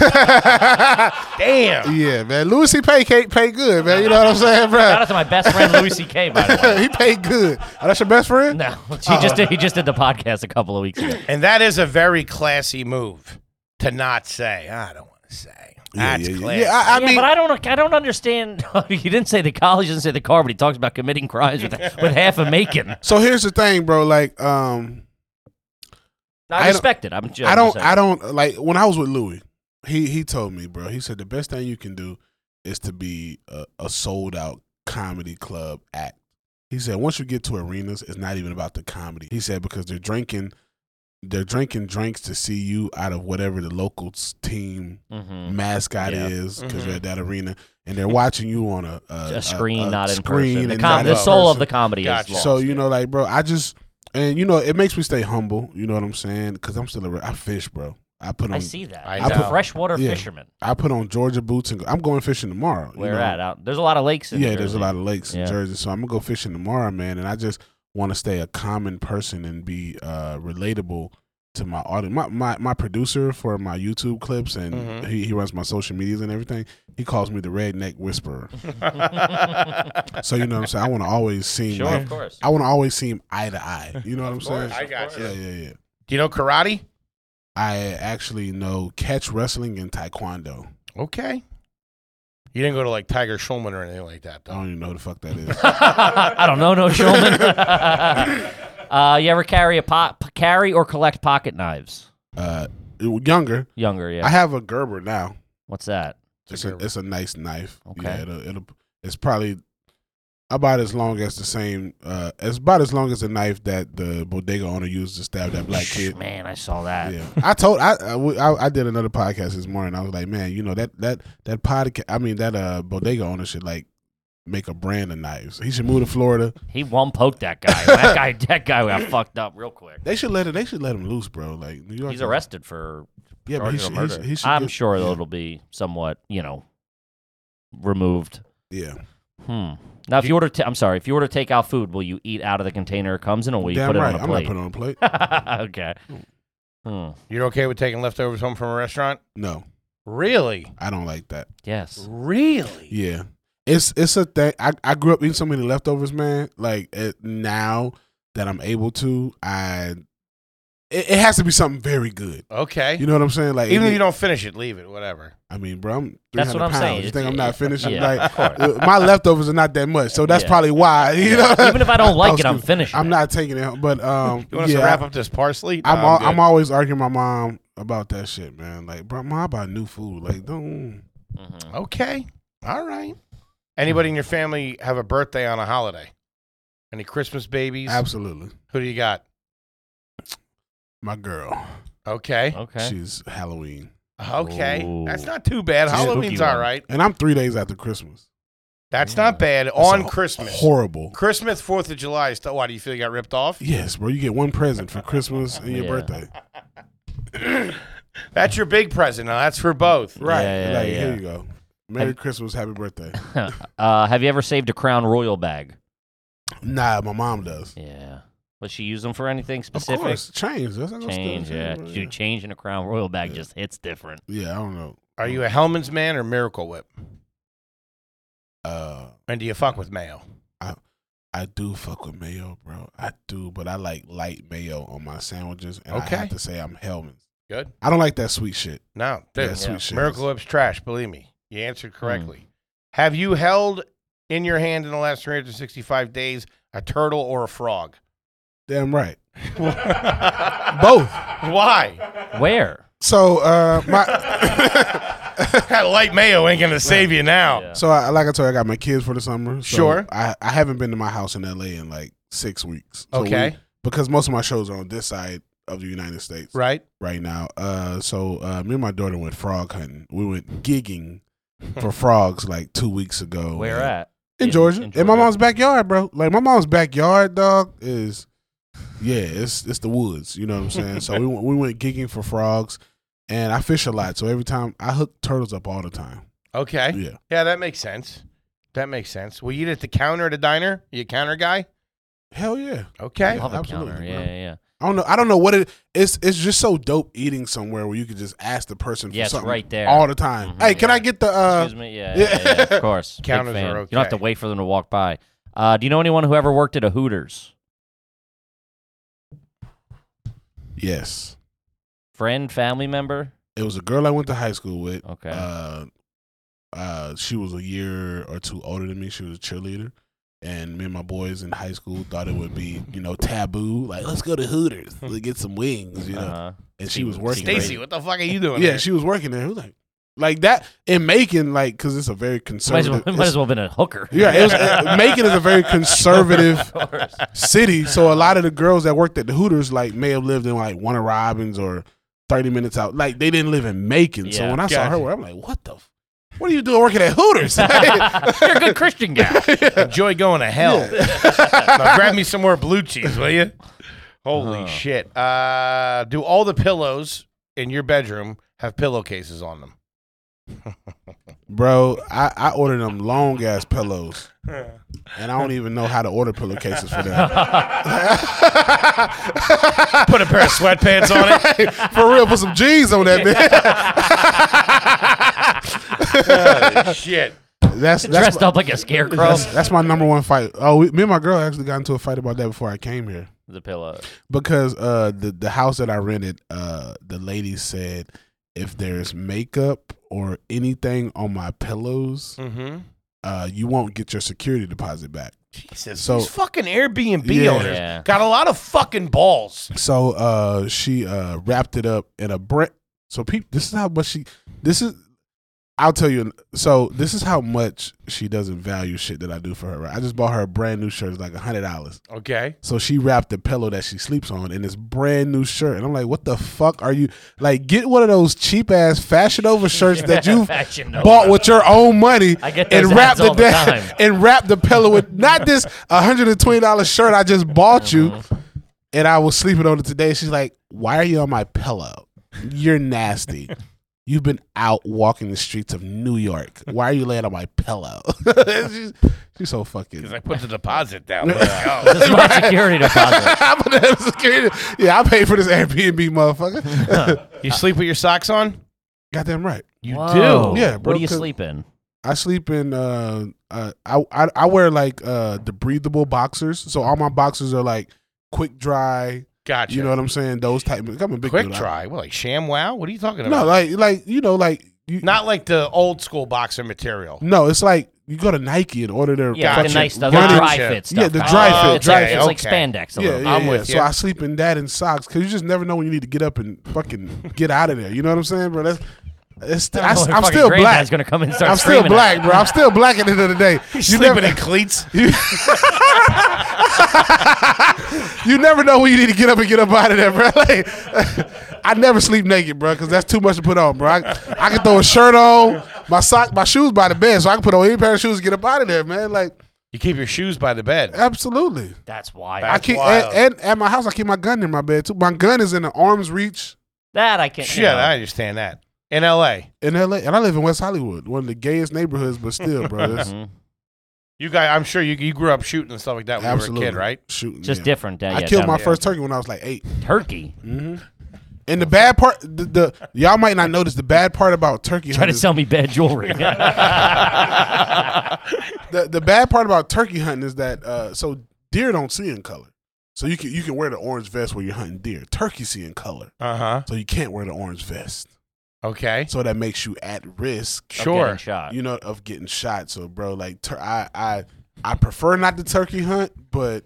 S1: Damn.
S5: yeah, man. Louis C. Pay can't pay good, man. You know what I'm saying,
S2: Shout
S5: bro?
S2: out to my best friend Louis C.K. By the way.
S5: he paid good. Oh, that's your best friend?
S2: No, he just did, he just did the podcast a couple of weeks ago.
S1: And that is a very classy move to not say. I don't want to say.
S5: Yeah,
S1: That's
S5: yeah, yeah.
S1: classy.
S5: Yeah, I, I
S2: yeah,
S5: mean,
S2: but I don't. I don't understand. he didn't say the college. Didn't say the car, but he talks about committing crimes with with half a Macon.
S5: so here's the thing, bro. Like, um,
S2: I,
S5: don't-
S2: respect it. I'm just. just
S5: I don't,
S2: saying.
S5: I don't like when I was with Louis. He he told me, bro. He said the best thing you can do is to be a, a sold out comedy club act. He said once you get to arenas, it's not even about the comedy. He said because they're drinking, they're drinking drinks to see you out of whatever the local s- team
S2: Mhm.
S5: mascot
S2: Yeah. Mm-hmm.
S5: is because
S1: Mhm.
S5: you're at that arena and they're watching you on a a,
S2: A screen,
S5: a
S2: not in
S5: Uh, screen
S2: person. The,
S5: and
S2: com-
S5: not
S2: the
S5: in
S2: soul
S5: person.
S2: of the comedy
S1: Gotcha.
S2: is lost.
S5: So you know, like, bro, I just and you know, it makes me stay humble. You know what I'm saying? Because I'm still a re- I fish, bro. I put on
S2: I
S5: I,
S2: see that.
S1: I
S2: I'm a
S1: know.
S2: freshwater
S5: Yeah.
S2: fisherman.
S5: put on Georgia boots and go, I'm going fishing tomorrow. you
S2: Where
S5: know?
S2: at? Out. There's a lot of lakes in.
S5: yeah,
S2: Jersey.
S5: there's a lot of lakes
S2: Yeah.
S5: in Jersey, so I'm gonna go fishing tomorrow, man. And I just want to stay a common person and be uh, relatable to my audience. My, my my producer for my YouTube clips and
S2: Mm-hmm.
S1: Mhm.
S5: he, he runs my social medias and everything. He calls me the redneck whisperer. so you know what I'm saying. I want to always seem
S2: Sure,
S5: like
S2: of course.
S5: I want to always seem eye to eye. You know what I'm saying?
S1: I got you.
S5: Yeah, yeah, yeah.
S1: Do you know karate?
S5: I actually know catch wrestling and taekwondo.
S1: Okay. You didn't go to like Tiger Schulman or anything like that,
S5: I
S1: though.
S5: don't even know who the fuck that is.
S2: I don't know, no showman. uh, you ever carry a po- carry or collect pocket knives?
S5: uh, younger.
S2: Younger, yeah.
S5: I have a Gerber now.
S2: What's that?
S5: It's a,
S1: Gerber.
S5: it's a nice knife.
S2: Okay.
S5: Yeah, it'll, it'll, it's probably about as long as the same. Uh, it's about as long as the knife that the bodega owner used to stab that black
S2: Shh,
S5: kid.
S2: Man, I saw that.
S5: Yeah, I told I, I w- I- I did another podcast this morning. I was like, man, you know that that that podcast. I mean that uh bodega owner should like make a brand of knives. He should move to Florida.
S2: He one poked that guy. that guy, that guy got fucked up real quick.
S5: They should let him. They should let him loose, bro. Like New York.
S2: He's arrested for
S5: Yeah, but he
S2: charges of
S5: should, he
S2: murder.
S5: should. He should
S2: I'm
S5: get-
S2: sure
S5: yeah,
S2: it'll be somewhat, you know, removed.
S5: Yeah.
S2: Hmm. Now, if you order, i I'm sorry, if you order takeout food, will you eat out of the container it comes in, or will you
S5: Damn
S2: put it
S5: right.
S2: on a
S5: I'm not
S2: plate?
S5: putting it on a plate.
S2: okay. Hmm.
S1: You're okay with taking leftovers home from a restaurant?
S5: No,
S1: Really?
S5: I don't like that.
S2: Yes.
S1: Really?
S5: Yeah. It's it's a thing. I, I grew up eating so many leftovers, man. Like it, now that I'm able to, I it, it has to be something very good.
S1: Okay.
S5: You know what I'm saying? Like
S1: Even
S5: it-
S1: if you don't finish it, leave it, whatever.
S5: I mean, bro, I'm 300
S2: That's what I'm
S5: pounds.
S2: saying.
S5: You
S2: It's-
S5: think I'm
S2: it-
S5: not finishing?
S2: yeah, of
S5: like
S2: course.
S5: uh, my leftovers are not that much, so that's
S2: Yeah.
S5: probably why. You know,
S2: Even if I don't like it, I'm
S5: Excuse me.
S2: finishing.
S5: I'm
S2: it.
S5: not taking it. home, But um,
S1: You want us
S5: yeah,
S1: to wrap up this parsley?
S5: I'm
S1: No,
S5: al-
S1: good.
S5: I'm always arguing my mom about that shit, man. Like, bro, mom, I buy new food. Like, don't.
S2: Mhm.
S1: Okay. All right. Anybody in your family have a birthday on a holiday? Any Christmas babies?
S5: Absolutely.
S1: Who do you got?
S5: My girl,
S1: Okay.
S2: Okay.
S5: she's Halloween,
S1: Okay.
S2: Ooh.
S1: That's not too bad.
S2: She's a
S1: Halloween's
S2: spooky
S1: all
S2: one. Mm.
S1: right.
S5: and I'm three days after Christmas.
S1: That's not bad.
S5: That's
S1: on
S5: a
S1: Christmas.
S5: horrible.
S1: Christmas, 4th of July. Is still, why do you feel you got ripped off?
S5: Yes, bro, you get one present for Christmas and your
S2: Yeah.
S5: birthday.
S1: That's your big present. Now, that's for both.
S5: Right.
S2: yeah,
S5: like,
S2: yeah.
S5: here you go. Merry Christmas, happy birthday.
S2: uh, have you ever saved a Crown Royal bag?
S5: nah, my mom does.
S2: Yeah. Was she using them for anything
S5: Of
S2: specific?
S5: course, change. That's not no
S2: Change,
S5: stuff.
S2: yeah. Dude, change in a Crown Royal bag
S5: Yeah.
S2: just hits different.
S5: Yeah, I don't know.
S1: Are you a Hellman's man or Miracle Whip?
S5: Uh,
S1: And do you fuck with mayo?
S5: I do fuck with mayo, bro. I do, but I like light mayo on my sandwiches, and
S1: Okay.
S5: I have to say I'm Hellman's.
S1: Good.
S5: I don't like that sweet shit.
S1: No, dude.
S5: Yeah, sweet shit.
S1: Miracle Whip's trash. Believe me, you answered correctly. Have you held in your hand in the last 365 days a turtle or a frog?
S5: Damn right.
S1: Both.
S5: Both.
S1: Why?
S2: Where?
S5: So uh, my
S1: that light mayo ain't gonna save you now.
S2: Yeah.
S5: so I, like I told you, I got my kids for the summer. so
S1: Sure.
S5: I I haven't been to my house in L.A. in like six weeks. So we-
S1: Okay.
S5: because most of my shows are on this side of the United States right,
S1: Right.
S5: now. Uh, so uh, me and my daughter went frog hunting. We went gigging for frogs like two weeks ago.
S2: Where
S5: And-
S2: at?
S5: oh, in
S2: In-
S5: Georgia.
S2: in
S5: In, my
S2: Georgia.
S5: mom's backyard, bro. Like my mom's backyard, dog, is yeah, it's it's the woods. You know what I'm saying? so we went- we went gigging for frogs, and I fish a lot. So every time I hook turtles up all the time.
S1: Okay.
S5: Yeah,
S1: Yeah, that makes sense. That makes sense. Will you eat at the counter at a diner? You a counter guy?
S5: hell yeah.
S1: Okay.
S2: Love a
S5: absolutely,
S2: counter. Yeah,
S5: bro.
S2: yeah, yeah.
S5: I don't know. I don't know what it. It's it's just so dope eating somewhere where you can just ask the person for
S2: Yeah, it's
S5: something
S2: right there.
S5: all the time.
S2: Mhm,
S5: hey, can
S2: yeah.
S5: I get the? uh
S2: Excuse me. Yeah,
S5: yeah.
S2: yeah, yeah, of course. Big
S1: Counters
S2: fan.
S1: are
S2: You don't have to
S1: okay.
S2: wait for them to walk by. Uh, do you know anyone who ever worked at a Hooters?
S5: Yes,
S2: Friend, family member?
S5: it was a girl I went to high school with.
S2: Okay.
S5: Uh, uh, she was a year or two older than me. She was a cheerleader, and me and my boys in high school thought it would be you know taboo, like let's go to Hooters, let's get some wings, you know.
S2: Hmm. Uh-huh.
S5: And she was
S2: Stacey-
S5: working. there.
S1: Stacy, what the fuck are you doing?
S5: yeah,
S1: there?
S5: she was working there. Who like like that in Macon, like because it's a very
S2: Might as well,
S5: conservative.
S2: might as well have been a hooker.
S5: it's- Yeah, it was, uh, Macon is a very conservative
S2: Of course.
S5: city, so a lot of the girls that worked at the Hooters like may have lived in like Warner Robins or thirty minutes out. Like they didn't live in Macon, so
S2: Yeah.
S5: when I saw
S1: Gotcha.
S5: her, work, I'm like, what the. F- what are you doing working at Hooters?
S2: You're a good Christian guy.
S1: Enjoy going to hell. Now grab me some more blue cheese, will you? Holy
S2: Huh.
S1: shit. Uh, do all the pillows in your bedroom have pillowcases on them?
S5: Bro, I, I ordered them long ass pillows. And I don't even know how to order pillowcases for them.
S1: Put a pair of sweatpants on it.
S5: for real, put some jeans on that man.
S1: Holy shit.
S5: That's that's
S2: Dressed
S5: my,
S2: up like a scarecrow.
S5: that's, that's my number one fight. Oh, we, me and my girl actually got into a fight about that before I came here
S2: the pillow.
S5: because uh the the house that I rented, uh the lady said if there's makeup or anything on my pillows,
S1: Mm-hmm.
S5: uh you won't get your security deposit back.
S1: Jesus.
S5: So-
S1: these fucking Airbnb
S5: Yeah.
S1: owners
S2: Yeah.
S1: got a lot of fucking balls.
S5: So uh she uh wrapped it up in a brick. So peep this is how much she this is I'll tell you so this is how much she doesn't value shit that I do for her, right? I just bought her a brand new shirt, it's like a hundred dollars.
S1: Okay.
S5: So she wrapped the pillow that she sleeps on in this brand new shirt. And I'm like, what the fuck are you like get one of those cheap ass fashion over shirts that you've
S2: Fashion Nova.
S5: bought with your own money
S2: I get
S5: and
S2: those
S5: wrap
S2: ads all the
S5: da-
S2: time.
S5: and wrap the pillow with not this hundred and twenty dollar shirt I just bought you,
S2: Uh-huh.
S5: and I was sleeping on it today. She's like, "Why are you on my pillow? You're nasty. You've been out walking the streets of New York. Why are you laying on my pillow?" she's, she's so fucking.
S1: Because I put the deposit down. "Oh,
S2: This is my security deposit.
S5: I'm gonna have security. Yeah, I paid for this Airbnb, motherfucker.
S1: you sleep with your socks on?
S5: Goddamn right.
S1: You
S2: Whoa.
S1: do.
S5: Yeah, bro,
S2: What do you
S5: 'cause-
S2: sleep in?
S5: I sleep in uh, uh I, I I wear like uh the breathable boxers. So all my boxers are like quick dry.
S1: Gotcha.
S5: You know what I'm saying? Those type. I'm a big
S1: Quick
S5: dude. I-
S1: try. What, like sham wow? What are you talking about?
S5: No, like like you know like you.
S1: Not like the old school boxer material.
S5: no, it's like you go to Nike and order their
S2: Yeah,
S1: Gotcha.
S2: the nice stuff,
S1: Running
S2: the dry
S1: shit.
S2: fit stuff.
S5: Yeah, the
S2: right?
S5: dry
S1: fit,
S2: It's
S1: dry
S2: like,
S1: fit.
S2: it's like
S1: Okay.
S2: spandex a
S5: Yeah,
S2: little bit.
S5: yeah,
S1: I'm
S5: yeah.
S1: with
S5: so
S1: you.
S5: I sleep in that and socks because you just never know when you need to get up and fucking get out of there. You know what I'm saying, bro? That's it's. I,
S2: I don't know when
S5: am
S2: fucking
S5: still
S2: Grandad's
S5: black.
S2: gonna come in and start
S5: I'm still
S2: screaming at
S5: black, bro. I'm still black at the end of the day. You
S1: Sleeping in cleats?
S5: You never know when you need to get up and get up out of there, bro. Like, I never sleep naked, bro, because that's too much to put on, bro. I, I can throw a shirt on, my sock, my shoes by the bed, so I can put on any pair of shoes and get up out of there, man. Like,
S1: You keep your shoes by the bed.
S5: absolutely.
S2: That's wild.
S5: I
S1: That's
S5: keep
S1: wild.
S5: and, and at my house, I keep my gun in my bed too. My gun is in the arm's reach
S2: that I can't.
S1: Shit, I understand that. In LA,
S2: Mm-hmm.
S5: in L.A. and I live in West Hollywood, one of the gayest neighborhoods, but still, bro, it's,
S2: Mhm.
S1: You guys, I'm sure you you grew up shooting and stuff like that when
S5: Absolutely.
S1: you were a kid, right?
S5: Shooting.
S2: Just
S5: yeah.
S2: different. uh,
S5: I
S2: yeah,
S5: killed
S2: down
S5: my
S2: there.
S5: first turkey when I was like eight.
S2: turkey.
S5: And the bad part, the, the y'all might not notice the bad part about turkey
S2: Trying to
S5: hunting.
S2: sell me bad jewelry.
S5: the, the bad part about turkey hunting is that uh, so deer don't see in color. So you can you can wear the orange vest when you're hunting deer. Turkey see in color,
S1: Uh huh.
S5: so you can't wear the orange vest.
S1: Okay.
S5: So that makes you at risk,
S2: Of
S1: Sure.
S2: getting shot.
S5: you know, of getting shot. So, bro, like tur- I I I prefer not to turkey hunt, but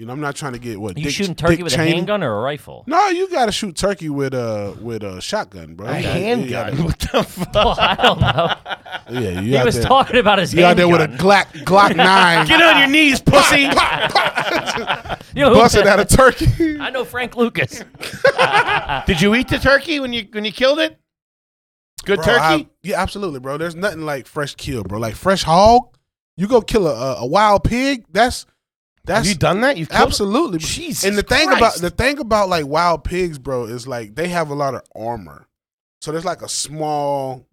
S5: you know I'm not trying to get what
S2: you
S5: Dick-
S2: shooting turkey
S5: Dick
S2: with
S5: Cheney?
S2: a handgun or a rifle?
S5: No, you gotta shoot turkey with a with a shotgun, bro.
S1: A
S5: You gotta- you gotta-
S1: handgun. What the fuck?
S2: Well, I don't know.
S5: Yeah, you
S2: He
S5: out
S2: was
S5: there.
S2: talking about his
S5: you out there
S2: handgun.
S5: with a Glock Glock nine,
S1: Get on your knees, pussy.
S2: You know who-
S5: busting out a turkey.
S2: I know Frank Lucas.
S1: Did you eat the turkey when you when you killed it? Good
S5: Bro, I-
S1: turkey.
S5: yeah, absolutely, bro. There's nothing like fresh kill, bro. Like fresh hog. You go kill a, a, a wild pig. That's
S1: Have
S5: that's
S1: you done that? You killed
S5: absolutely. bro.
S1: Jesus
S5: and the thing
S1: Christ.
S5: about the thing about like wild pigs, bro, is like they have a lot of armor. So there's like a small.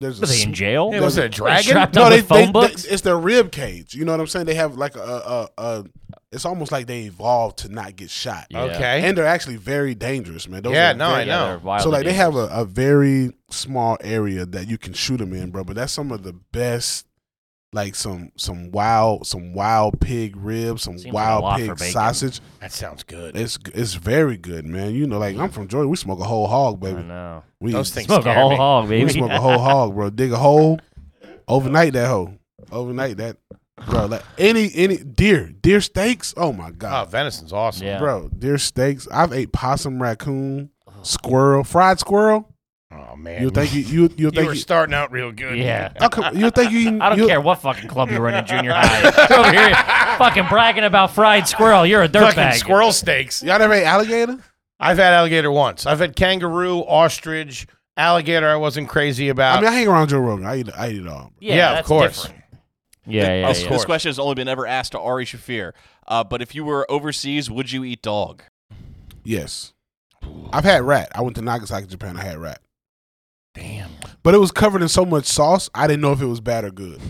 S5: There's a
S2: Was he in
S5: sm-
S2: jail?
S1: It was it a dragon.
S2: Strapped up with phone
S5: they,
S2: books.
S5: it's their rib cage. You know what I'm saying? They have like a, a, a it's almost like they evolved to not get shot.
S2: Yeah.
S1: Okay.
S5: And they're actually very dangerous, man. Those
S1: Yeah,
S5: are
S1: no,
S5: very-
S1: I know.
S2: they're wildly
S5: so like they
S2: dangerous.
S5: have a, a very small area that you can shoot them in, bro. But that's some of the best, like some some wild some wild pig ribs, some
S2: Seems like a lot
S5: wild
S2: for
S5: pig
S2: bacon.
S5: sausage.
S1: That sounds good.
S5: It's it's very good, man. You know, like I'm from Georgia, we smoke a whole hog,
S2: I
S5: baby.
S2: know.
S5: We
S1: Those things
S2: Smoke a
S1: scare
S2: whole
S1: me.
S2: hog,
S5: we
S2: baby.
S5: smoke a whole hog, bro. Dig a hole, overnight that hole, overnight that, bro. Like any any deer deer steaks. Oh my god,
S1: Oh, venison's awesome.
S2: Yeah.
S5: bro. Deer steaks. I've ate possum, raccoon, squirrel, fried squirrel.
S1: Oh man.
S5: You think you you you
S1: You
S5: think
S1: were
S5: you,
S1: starting out real good.
S2: Yeah.
S5: How come- you think you eating-
S2: I don't
S5: you-
S2: care what fucking club you were in in junior high. You're over here fucking bragging about fried squirrel. You're a
S1: Fucking
S2: dirtbag.
S1: squirrel steaks.
S5: Y'all never ate alligator?
S1: I've had alligator once. I've had kangaroo, ostrich, alligator. I wasn't crazy about.
S5: I mean, I hang around Joe Rogan. I eat I eat it all.
S2: Yeah,
S1: Yeah, of
S2: that's
S1: course.
S2: different. Yeah, yeah,
S1: Of
S2: yeah.
S1: course.
S4: This question has only been ever asked to Ari Shafir. Uh, but if you were overseas, would you eat dog?
S5: Yes, I've had rat. I went to Nagasaki, Japan. I had rat,
S1: Damn.
S5: but it was covered in so much sauce. I didn't know if it was bad or good.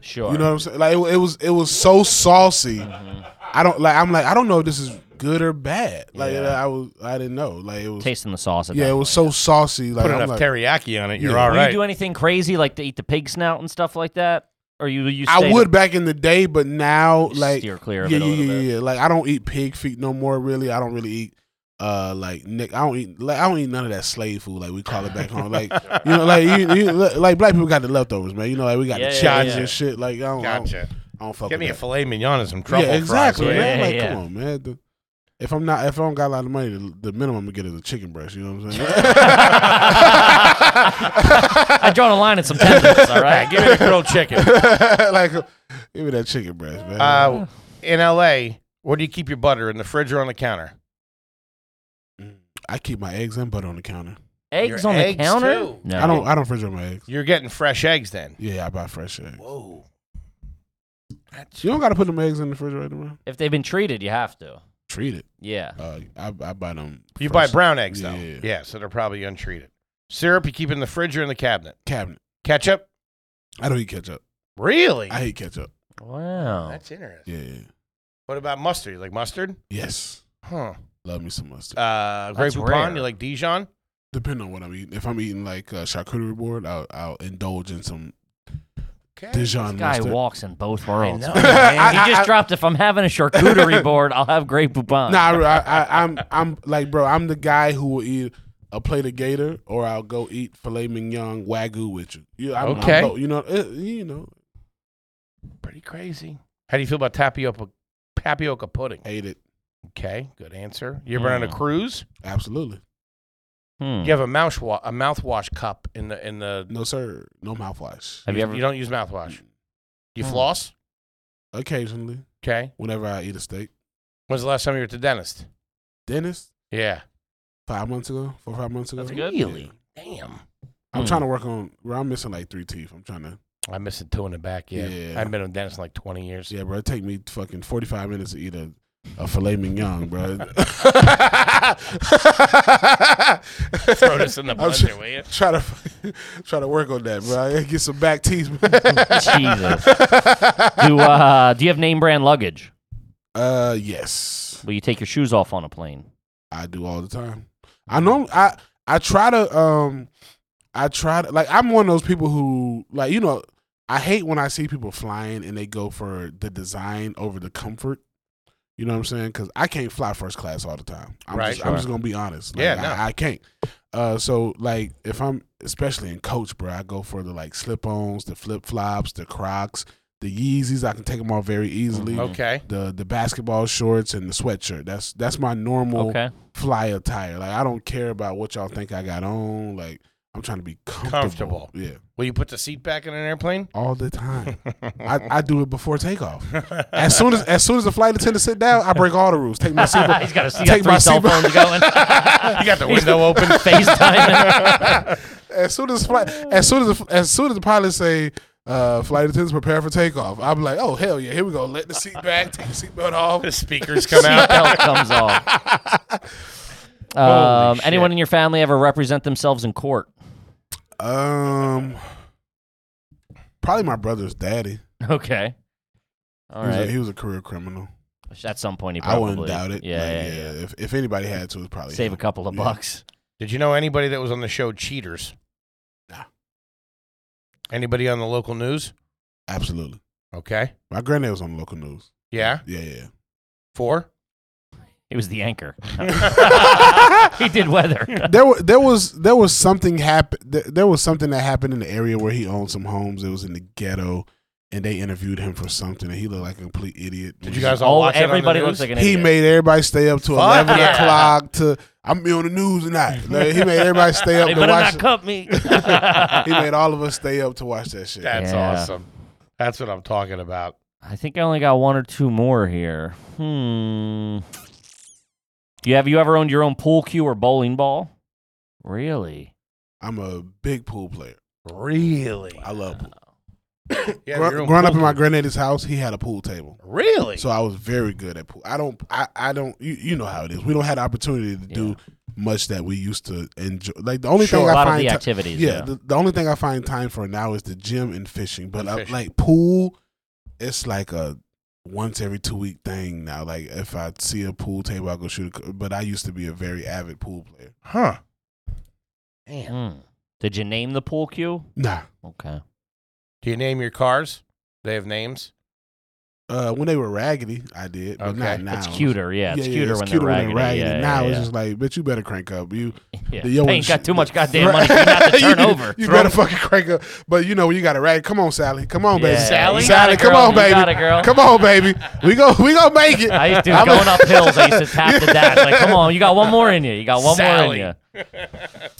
S2: Sure.
S5: You know what I'm saying? Like it, wa- it was it was so saucy.
S2: Mm-hmm.
S5: I don't like. I'm like I don't know if this is good or bad. Like
S2: Yeah.
S5: I was I didn't know. Like it was.
S2: Tasting the sauce. At
S5: yeah,
S2: that
S5: it
S2: point.
S5: was so saucy. Like
S1: Put
S5: I'm
S1: enough
S5: like,
S1: teriyaki on it. You're
S5: Yeah.
S1: all
S2: Do
S1: right.
S2: you do anything crazy like to eat the pig snout and stuff like that? Or you you?
S5: I
S2: stayed-
S5: would back in the day, but now
S2: You
S5: like
S2: steer clear of
S5: yeah,
S2: it a
S5: yeah,
S2: little
S5: yeah,
S2: bit.
S5: yeah. Like I don't eat pig feet no more. Really, I don't really eat uh like Nick. I don't eat like I don't eat none of that slave food. Like we call it back home. Like you know, like you, you, like black people got the leftovers, man. You know, like we got
S2: Yeah,
S5: the
S2: yeah,
S5: chickens
S1: yeah.
S5: and shit. Like I don't, I don't,
S1: Gotcha.
S5: I don't fuck.
S1: Get
S5: with
S1: me a
S5: that.
S1: filet mignon and some truffle
S5: yeah, exactly,
S1: fries.
S2: yeah.
S1: man.
S5: man. like,
S2: yeah.
S5: come on, man. The- if I'm not, if I don't got a lot of money, the, the minimum to get is a chicken breast. You know what I'm saying?
S2: I drawn a line at some tendons. All right,
S1: Give me a grilled chicken.
S5: like, give me that chicken breast, man.
S1: Uh, in L.A., where do you keep your butter? In the fridge or on the counter?
S5: I keep my eggs and butter on the counter.
S2: eggs
S1: Your
S2: on the
S1: eggs,
S2: counter.
S1: too.
S2: No,
S5: I don't, I don't refrigerate my eggs.
S1: You're getting fresh eggs then.
S5: Yeah, I buy fresh eggs.
S1: Whoa. That's
S5: You don't got to put them eggs in the refrigerator, man.
S2: If they've been treated, you have to.
S5: Treat it.
S2: Yeah.
S5: Uh, I, I buy them.
S1: You
S5: fresh.
S1: buy brown eggs though.
S5: Yeah.
S1: Yeah. so they're probably untreated. Syrup you keep in the fridge or in the cabinet.
S5: cabinet.
S1: Ketchup?
S5: I don't eat ketchup.
S1: Really?
S5: I hate ketchup.
S2: Wow.
S1: That's interesting.
S5: Yeah, yeah.
S1: What about mustard? You like mustard?
S5: Yes.
S1: Huh.
S5: Love me some mustard.
S1: Uh grape
S2: That's
S1: poupon,
S2: rare.
S1: you like Dijon?
S5: Depending on what I'm eating. If I'm eating like a charcuterie board, I'll, I'll indulge in some
S1: Okay.
S5: Dijon
S2: Guy
S5: mustard.
S2: walks in both worlds.
S1: know.
S2: man. he
S5: I-
S2: just
S5: I-
S2: dropped. If I'm having a charcuterie board, I'll have Grey Poupon.
S5: Nah, I, I, I, I'm I'm like, bro, I'm the guy who will eat a plate of gator, or I'll go eat filet mignon wagyu with you. you I'm, I'm
S1: Okay.
S5: low, you know, it, you know,
S1: Pretty crazy. How do you feel about tapioca tapioca pudding?
S5: hate it
S1: Okay, good answer. Hmm. You ever been on a
S2: Mm.
S1: cruise?
S5: absolutely.
S2: Hmm.
S1: You have a mouthwash a mouthwash cup in the in the
S5: No sir, no mouthwash.
S2: Have you ever?
S1: you Hmm. don't use mouthwash. You
S2: Mm.
S1: floss?
S5: Occasionally,
S1: Okay.
S5: whenever I eat a steak,
S1: When's the last time you were at the dentist?
S5: Dennis,
S1: Yeah.
S5: five months ago, four or five months ago.
S2: That's good.
S5: Yeah.
S1: Really? Damn.
S5: I'm
S2: Hmm.
S5: trying to work on. Bro, I'm missing like three teeth. I'm trying to.
S1: I'm missing two in the back. Yeah.
S5: Yeah.
S1: I haven't been on dentist in like 20 years.
S5: Yeah, bro, it take me fucking 45 minutes to eat a a filet mignon, bro.
S1: Throw this in the
S5: I'm
S1: blender,
S5: tr-
S1: will you?
S5: try to try to work on that, bro. I gotta get some back teeth.
S2: Jesus. do uh, do you have name brand luggage?
S5: uh, yes,
S2: Will you take your shoes off on a plane?
S5: I do all the time. I know. I I try to um, I try to like I'm one of those people who like you know I hate when I see people flying and they go for the design over the comfort. You know what I'm saying? Because I can't fly first class all the time. I'm
S1: Right,
S5: Just, I'm
S1: sure.
S5: just gonna be honest. Like,
S1: Yeah,
S5: I-
S1: no.
S5: I, can't. Uh, so like if I'm especially in coach, bro, I go for the like slip-ons, the flip flops, the Crocs, the Yeezys. I can take them off very easily.
S1: Okay.
S5: The the basketball shorts and the sweatshirt. That's that's my normal
S2: Okay.
S5: fly attire. Like I don't care about what y'all think I got on. Like I'm trying to be comfortable.
S1: Comfortable.
S5: Yeah,
S1: Will you put the seat back in an airplane?
S5: all the time. I, I do it before takeoff. As soon as as soon as the flight attendant sit down, I break all the rules. Take my seatbelt.
S2: Ah, He's got, a, he got
S5: Take my
S2: three cell
S5: seatbelt.
S2: phones going.
S1: you got the window open.
S2: FaceTime.
S5: As soon as flight, as soon as the, as soon as the pilot say, uh, "Flight attendants prepare for takeoff," I'm like, "Oh hell yeah, here we go." Let the seat back. Take the seatbelt off.
S1: The speakers come out.
S2: Belt comes off. Um, anyone in your family ever represent themselves in court?
S5: Um, probably my brother's daddy.
S2: Okay. All
S5: he, was a,
S2: right.
S5: he was a career criminal.
S2: At some point, he
S5: I
S2: probably.
S5: wouldn't doubt it.
S2: Yeah.
S5: Like,
S2: yeah, yeah.
S5: If if anybody had to, it was probably
S2: Save
S5: him.
S2: a couple of
S5: Oh, Yeah.
S2: bucks.
S1: Did you know anybody that was on the show Cheaters?
S5: Nah.
S1: Anybody on the local news?
S5: Absolutely.
S1: Okay.
S5: My granddad was on the local news.
S1: Yeah.
S5: Yeah, yeah.
S1: Four.
S2: He was the anchor. he did weather.
S5: There, wa- there was there was something happen. There, there was something that happened in the area where he owned some homes. It was in the ghetto, and they interviewed him for something, and he looked like a complete idiot.
S1: Did you guys all
S2: Oh,
S1: watch it on the
S2: everybody
S1: news?
S2: looks like an
S5: He
S2: idiot.
S5: made everybody stay up to
S1: Fuck
S5: eleven
S1: yeah.
S5: o'clock to. I'm be on the news tonight. Like, he made everybody stay up
S2: They
S5: to
S2: better
S5: watch.
S2: not cup me.
S5: He made all of us stay up to watch that shit.
S1: That's
S2: Yeah.
S1: awesome. That's what I'm talking about.
S2: I think I only got one or two more here. Hmm. Do you have you ever owned your own pool cue or bowling ball? Really?
S5: I'm a big pool player.
S1: Really?
S5: I love pool.
S1: Yeah,
S5: Gro-
S1: your own
S5: growing up
S1: pool
S5: in my
S1: table.
S5: granddaddy's house, he had a pool table.
S1: Really?
S5: So I was very good at pool. I don't. I. I don't. You. You know how it is. We don't have the opportunity to do much that we used to enjoy. Like the only
S2: Sure.
S5: thing
S2: A
S5: I
S2: lot of
S5: find.
S2: the
S5: ti-
S2: activities,
S5: yeah.
S2: yeah.
S5: The, the only thing I find time for now is the gym and fishing. But
S1: And
S5: I,
S1: fishing.
S5: like pool, it's like a once every two week thing now. Like if I see a pool table, I go shoot. A, c- but I used to be a very avid pool player.
S1: huh.
S2: Hmm. Did you name the pool cue?
S5: Nah.
S2: Okay.
S1: Do you name your cars? Do they have names?
S5: Uh, when they were raggedy, I did, but
S1: Okay.
S5: not now.
S2: It's cuter, yeah. It's cuter when they're
S5: when
S2: raggedy.
S5: they're
S2: Yeah, yeah,
S5: now
S2: yeah,
S5: it's just like, bitch, you better crank up. You
S2: yeah.
S5: the young
S2: They ain't
S5: ones-
S2: got too much goddamn money for you not to turn
S5: you,
S2: over.
S5: You
S2: Throw-
S5: better fucking crank up. But you know you got it right. Come on, Sally. Come on, baby.
S2: Yeah, Sally? you got
S5: Sally,
S2: it,
S5: come
S2: girl.
S5: on,
S2: You
S5: baby.
S2: got it, girl.
S5: Come on, baby. We go. We gonna make it.
S2: I used to
S5: I'm a-
S2: going up hills. I used to tap the dash. Like, come on, you got one more in you. You got one more
S1: Sally.
S2: in you.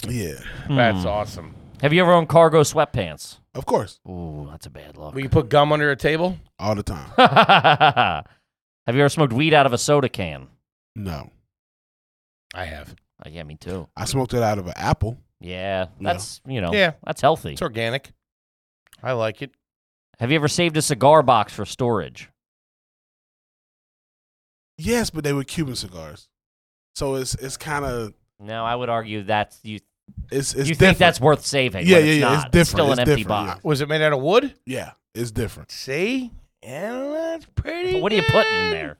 S5: yeah,
S2: Hmm.
S1: That's awesome.
S2: Have you ever owned cargo sweatpants?
S5: of course,
S2: Ooh, that's a bad look.
S1: Will you put gum under a table?
S5: all the time.
S2: Have you ever smoked weed out of a soda can?
S5: No,
S1: I have.
S2: Uh, yeah, me too.
S5: I smoked it out of an apple.
S2: Yeah,
S5: No.
S2: that's you know,
S1: Yeah.
S2: that's healthy.
S1: It's organic. I like it.
S2: Have you ever saved a cigar box for storage?
S5: Yes, but they were Cuban cigars, so it's it's kind of
S2: No, I would argue that's you.
S5: it's
S2: you think
S5: it's different.
S2: that's worth saving?
S5: yeah,
S2: when
S5: yeah,
S2: it's
S5: yeah.
S2: Not.
S5: It's different.
S2: still an
S5: It's
S2: empty
S5: different,
S2: box.
S1: Was it made out of wood?
S5: Yeah. yeah, it's different.
S1: See? Yeah, that's pretty.
S2: But what are you putting in
S1: good.
S2: there?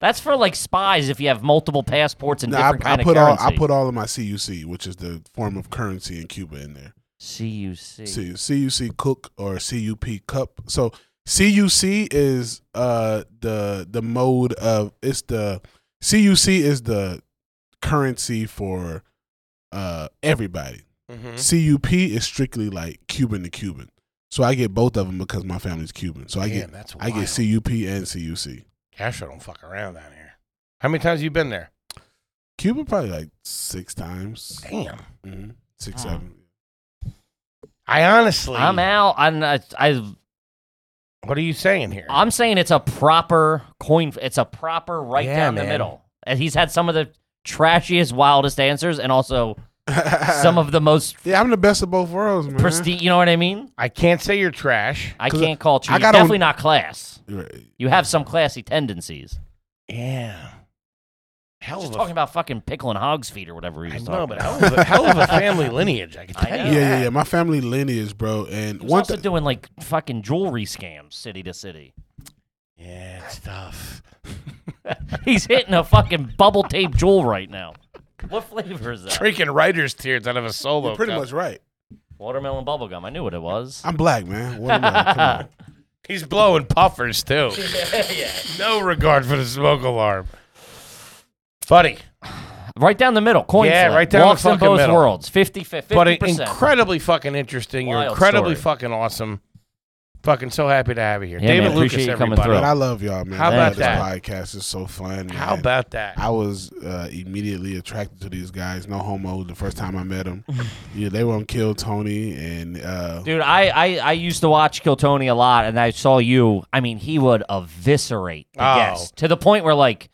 S2: That's for like spies if you have multiple passports and
S5: No, I,
S2: different
S5: I
S2: kind
S5: put
S2: of
S5: all
S2: currency.
S5: I put all of my CUC, which is the form of currency in Cuba, in there.
S2: CUC.
S5: C- CUC Cook or CUP Cup. So CUC is uh the the mode of it's the CUC is the currency for uh everybody.
S1: Mhm.
S5: CUP is strictly like Cuban to Cuban. So I get both of them because my family's Cuban. So I
S1: Damn,
S5: get
S1: that's
S5: I get
S1: wild.
S5: CUP and CUC.
S1: Castro don't fuck around down here. How many times you been there?
S5: Cuba probably like six times,
S1: Damn.
S5: Mhm. six
S2: Huh.
S5: seven.
S1: I honestly.
S2: I'm out. I'm, I, I,
S1: What are you saying here?
S2: I'm saying it's a proper coin. It's a proper right
S1: Yeah,
S2: down the
S1: man.
S2: middle. And he's had some of the trashiest, wildest answers, and also some of the most
S5: yeah, I'm the best of both worlds, man.
S2: prestige. You know what I mean?
S1: I can't say you're trash.
S2: I
S5: Mhm. 'Cause
S2: can't call you.
S5: I
S2: You're
S5: got
S2: definitely
S5: on-
S2: not class.
S5: Right.
S2: You have some classy tendencies.
S1: Yeah. Hell
S2: Just
S1: of a
S2: talking about fucking pickling hog's feet or whatever he
S1: I
S2: was
S1: know,
S2: talking
S1: but
S2: about.
S1: hell of, a, hell of a family lineage, I can
S2: I
S1: tell
S2: know.
S5: Yeah,
S1: you.
S5: yeah, yeah. My family lineage, bro. And
S2: He was
S5: one
S2: also
S5: thing,
S2: doing like fucking jewelry scams city to city.
S1: Yeah, it's tough.
S2: He's hitting a fucking bubble tape jewel right now. What flavor is that?
S1: Drinking writer's tears out of a solo.
S5: you're pretty
S1: cup.
S5: much right.
S2: Watermelon bubblegum. I knew what it was.
S5: I'm black, man. What am I? Come on.
S1: He's blowing puffers too. No regard for the smoke alarm. Buddy,
S2: Right down the middle. Coin
S1: Yeah,
S2: flip.
S1: right down the
S2: Walks in
S1: fucking
S2: both
S1: middle.
S2: worlds. 50 50
S1: but
S2: percent.
S1: incredibly fucking interesting. You're
S2: Wild
S1: incredibly
S2: story.
S1: fucking awesome. Fucking so happy to have you here,
S2: Yeah,
S1: David
S2: man, appreciate
S1: Lucas.
S2: you coming
S1: Everybody,
S5: But
S2: through.
S5: I love y'all, man.
S1: How
S5: I love
S2: about that?
S5: This podcast is so fun. Man.
S1: how about that?
S5: I was uh, immediately attracted to these guys. No homo. The first time I met them, yeah, they were on Kill Tony, and uh,
S2: Dude, I, I, I used to watch Kill Tony a lot, and I saw you. I mean, he would eviscerate the
S1: Oh.
S2: guests to the point where, like,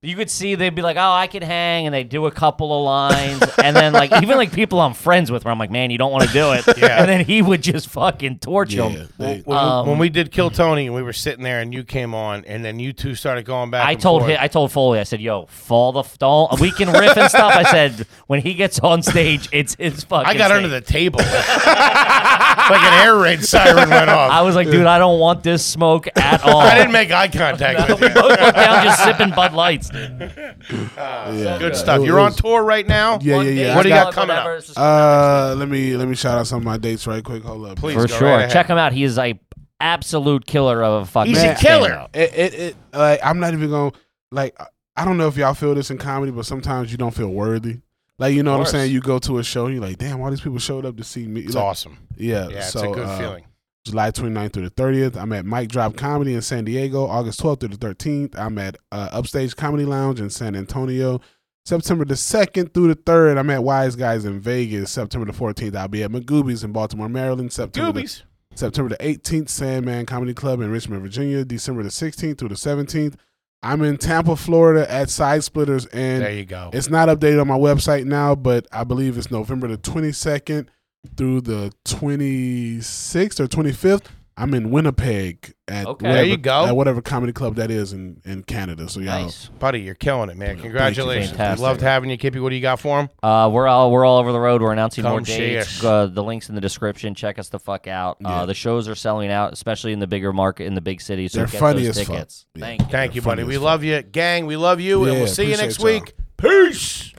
S2: you could see they'd be like, oh, I could hang, and they'd do a couple of lines. and then, like, even, like, people I'm friends with where I'm like, man, you don't want to do it.
S1: Yeah.
S2: And then he would just fucking torch
S5: yeah,
S2: them.
S5: they,
S1: when,
S2: Um,
S1: when we did Kill Tony and we were sitting there and you came on and then you two started going back.
S2: I
S1: and
S2: told
S1: forth.
S2: him, I told Foley, I said, "Yo, fall the f- don't we can riff and stuff." I said, "When he gets on stage, it's his fucking."
S1: I got under
S2: stage."
S1: the table. like an air raid siren went
S2: I
S1: off.
S2: was like, "Dude, I don't want this smoke at all."
S1: I didn't make eye contact with you.
S2: Both looked down, just sipping Bud Lights. Dude.
S5: yeah.
S1: uh, Good stuff.
S5: It
S1: You're on
S5: was-
S1: tour right now.
S5: Yeah, yeah, yeah.
S1: What do you got
S2: Whatever,
S1: coming up?
S2: whatever, it's just-
S5: Uh, let me let me shout out some of my dates right quick. Hold up,
S1: Please.
S2: for
S1: go right
S2: sure,
S1: ahead.
S2: check him out. He is a absolute killer of a fucking.
S1: He's a
S2: stand-up.
S1: killer.
S5: It, it, it like I'm not even gonna like I- I don't know if y'all feel this in comedy, but sometimes you don't feel worthy. Like you know what I'm
S1: course.
S5: saying? You go to a show and you're like, damn, all these people showed up to see me.
S1: It's
S5: Like,
S1: awesome.
S5: Yeah,
S1: Yeah,
S5: so,
S1: it's a good
S5: uh,
S1: feeling.
S5: July 29th through the 30th. I'm at Mike Drop Comedy in San Diego, August 12th through the 13th. I'm at uh, Upstage Comedy Lounge in San Antonio. September the 2nd through the 3rd, I'm at Wise Guys in Vegas. September the 14th, I'll be at McGoobies in Baltimore, Maryland. September the
S1: Goobies.
S5: September the 18th, Sandman Comedy Club in Richmond, Virginia. December the 16th through the 17th, I'm in Tampa, Florida at Side Splitters.
S1: There
S5: And
S1: you go.
S5: it's not updated on my website now, but I believe it's November the 22nd through the 26th or 25th. I'm in Winnipeg at,
S2: Okay.
S5: whatever,
S1: There you go.
S5: at whatever comedy club that is in, in Canada. So y'all,
S2: Nice.
S1: Buddy, you're killing it, man. Congratulations.
S2: Fantastic.
S1: We loved having you. Kippy, what do you got for him?
S2: Uh, we're all we're all over the road. We're announcing more
S1: Come see
S2: dates.
S1: us.
S2: Uh, the links in the description. Check us the fuck out. Uh,
S5: Yeah.
S2: the shows are selling out, especially in the bigger market in the big cities. So
S5: They're
S2: get
S5: funny
S2: those
S5: as fuck.
S2: tickets.
S5: Yeah.
S2: Thank you.
S1: Thank
S5: Yeah,
S1: you, buddy.
S5: funny as
S1: We
S5: fuck.
S1: love you. Gang, we love you. and
S5: Yeah,
S1: we'll see you
S5: appreciate
S1: next
S5: y'all.
S1: week. Peace.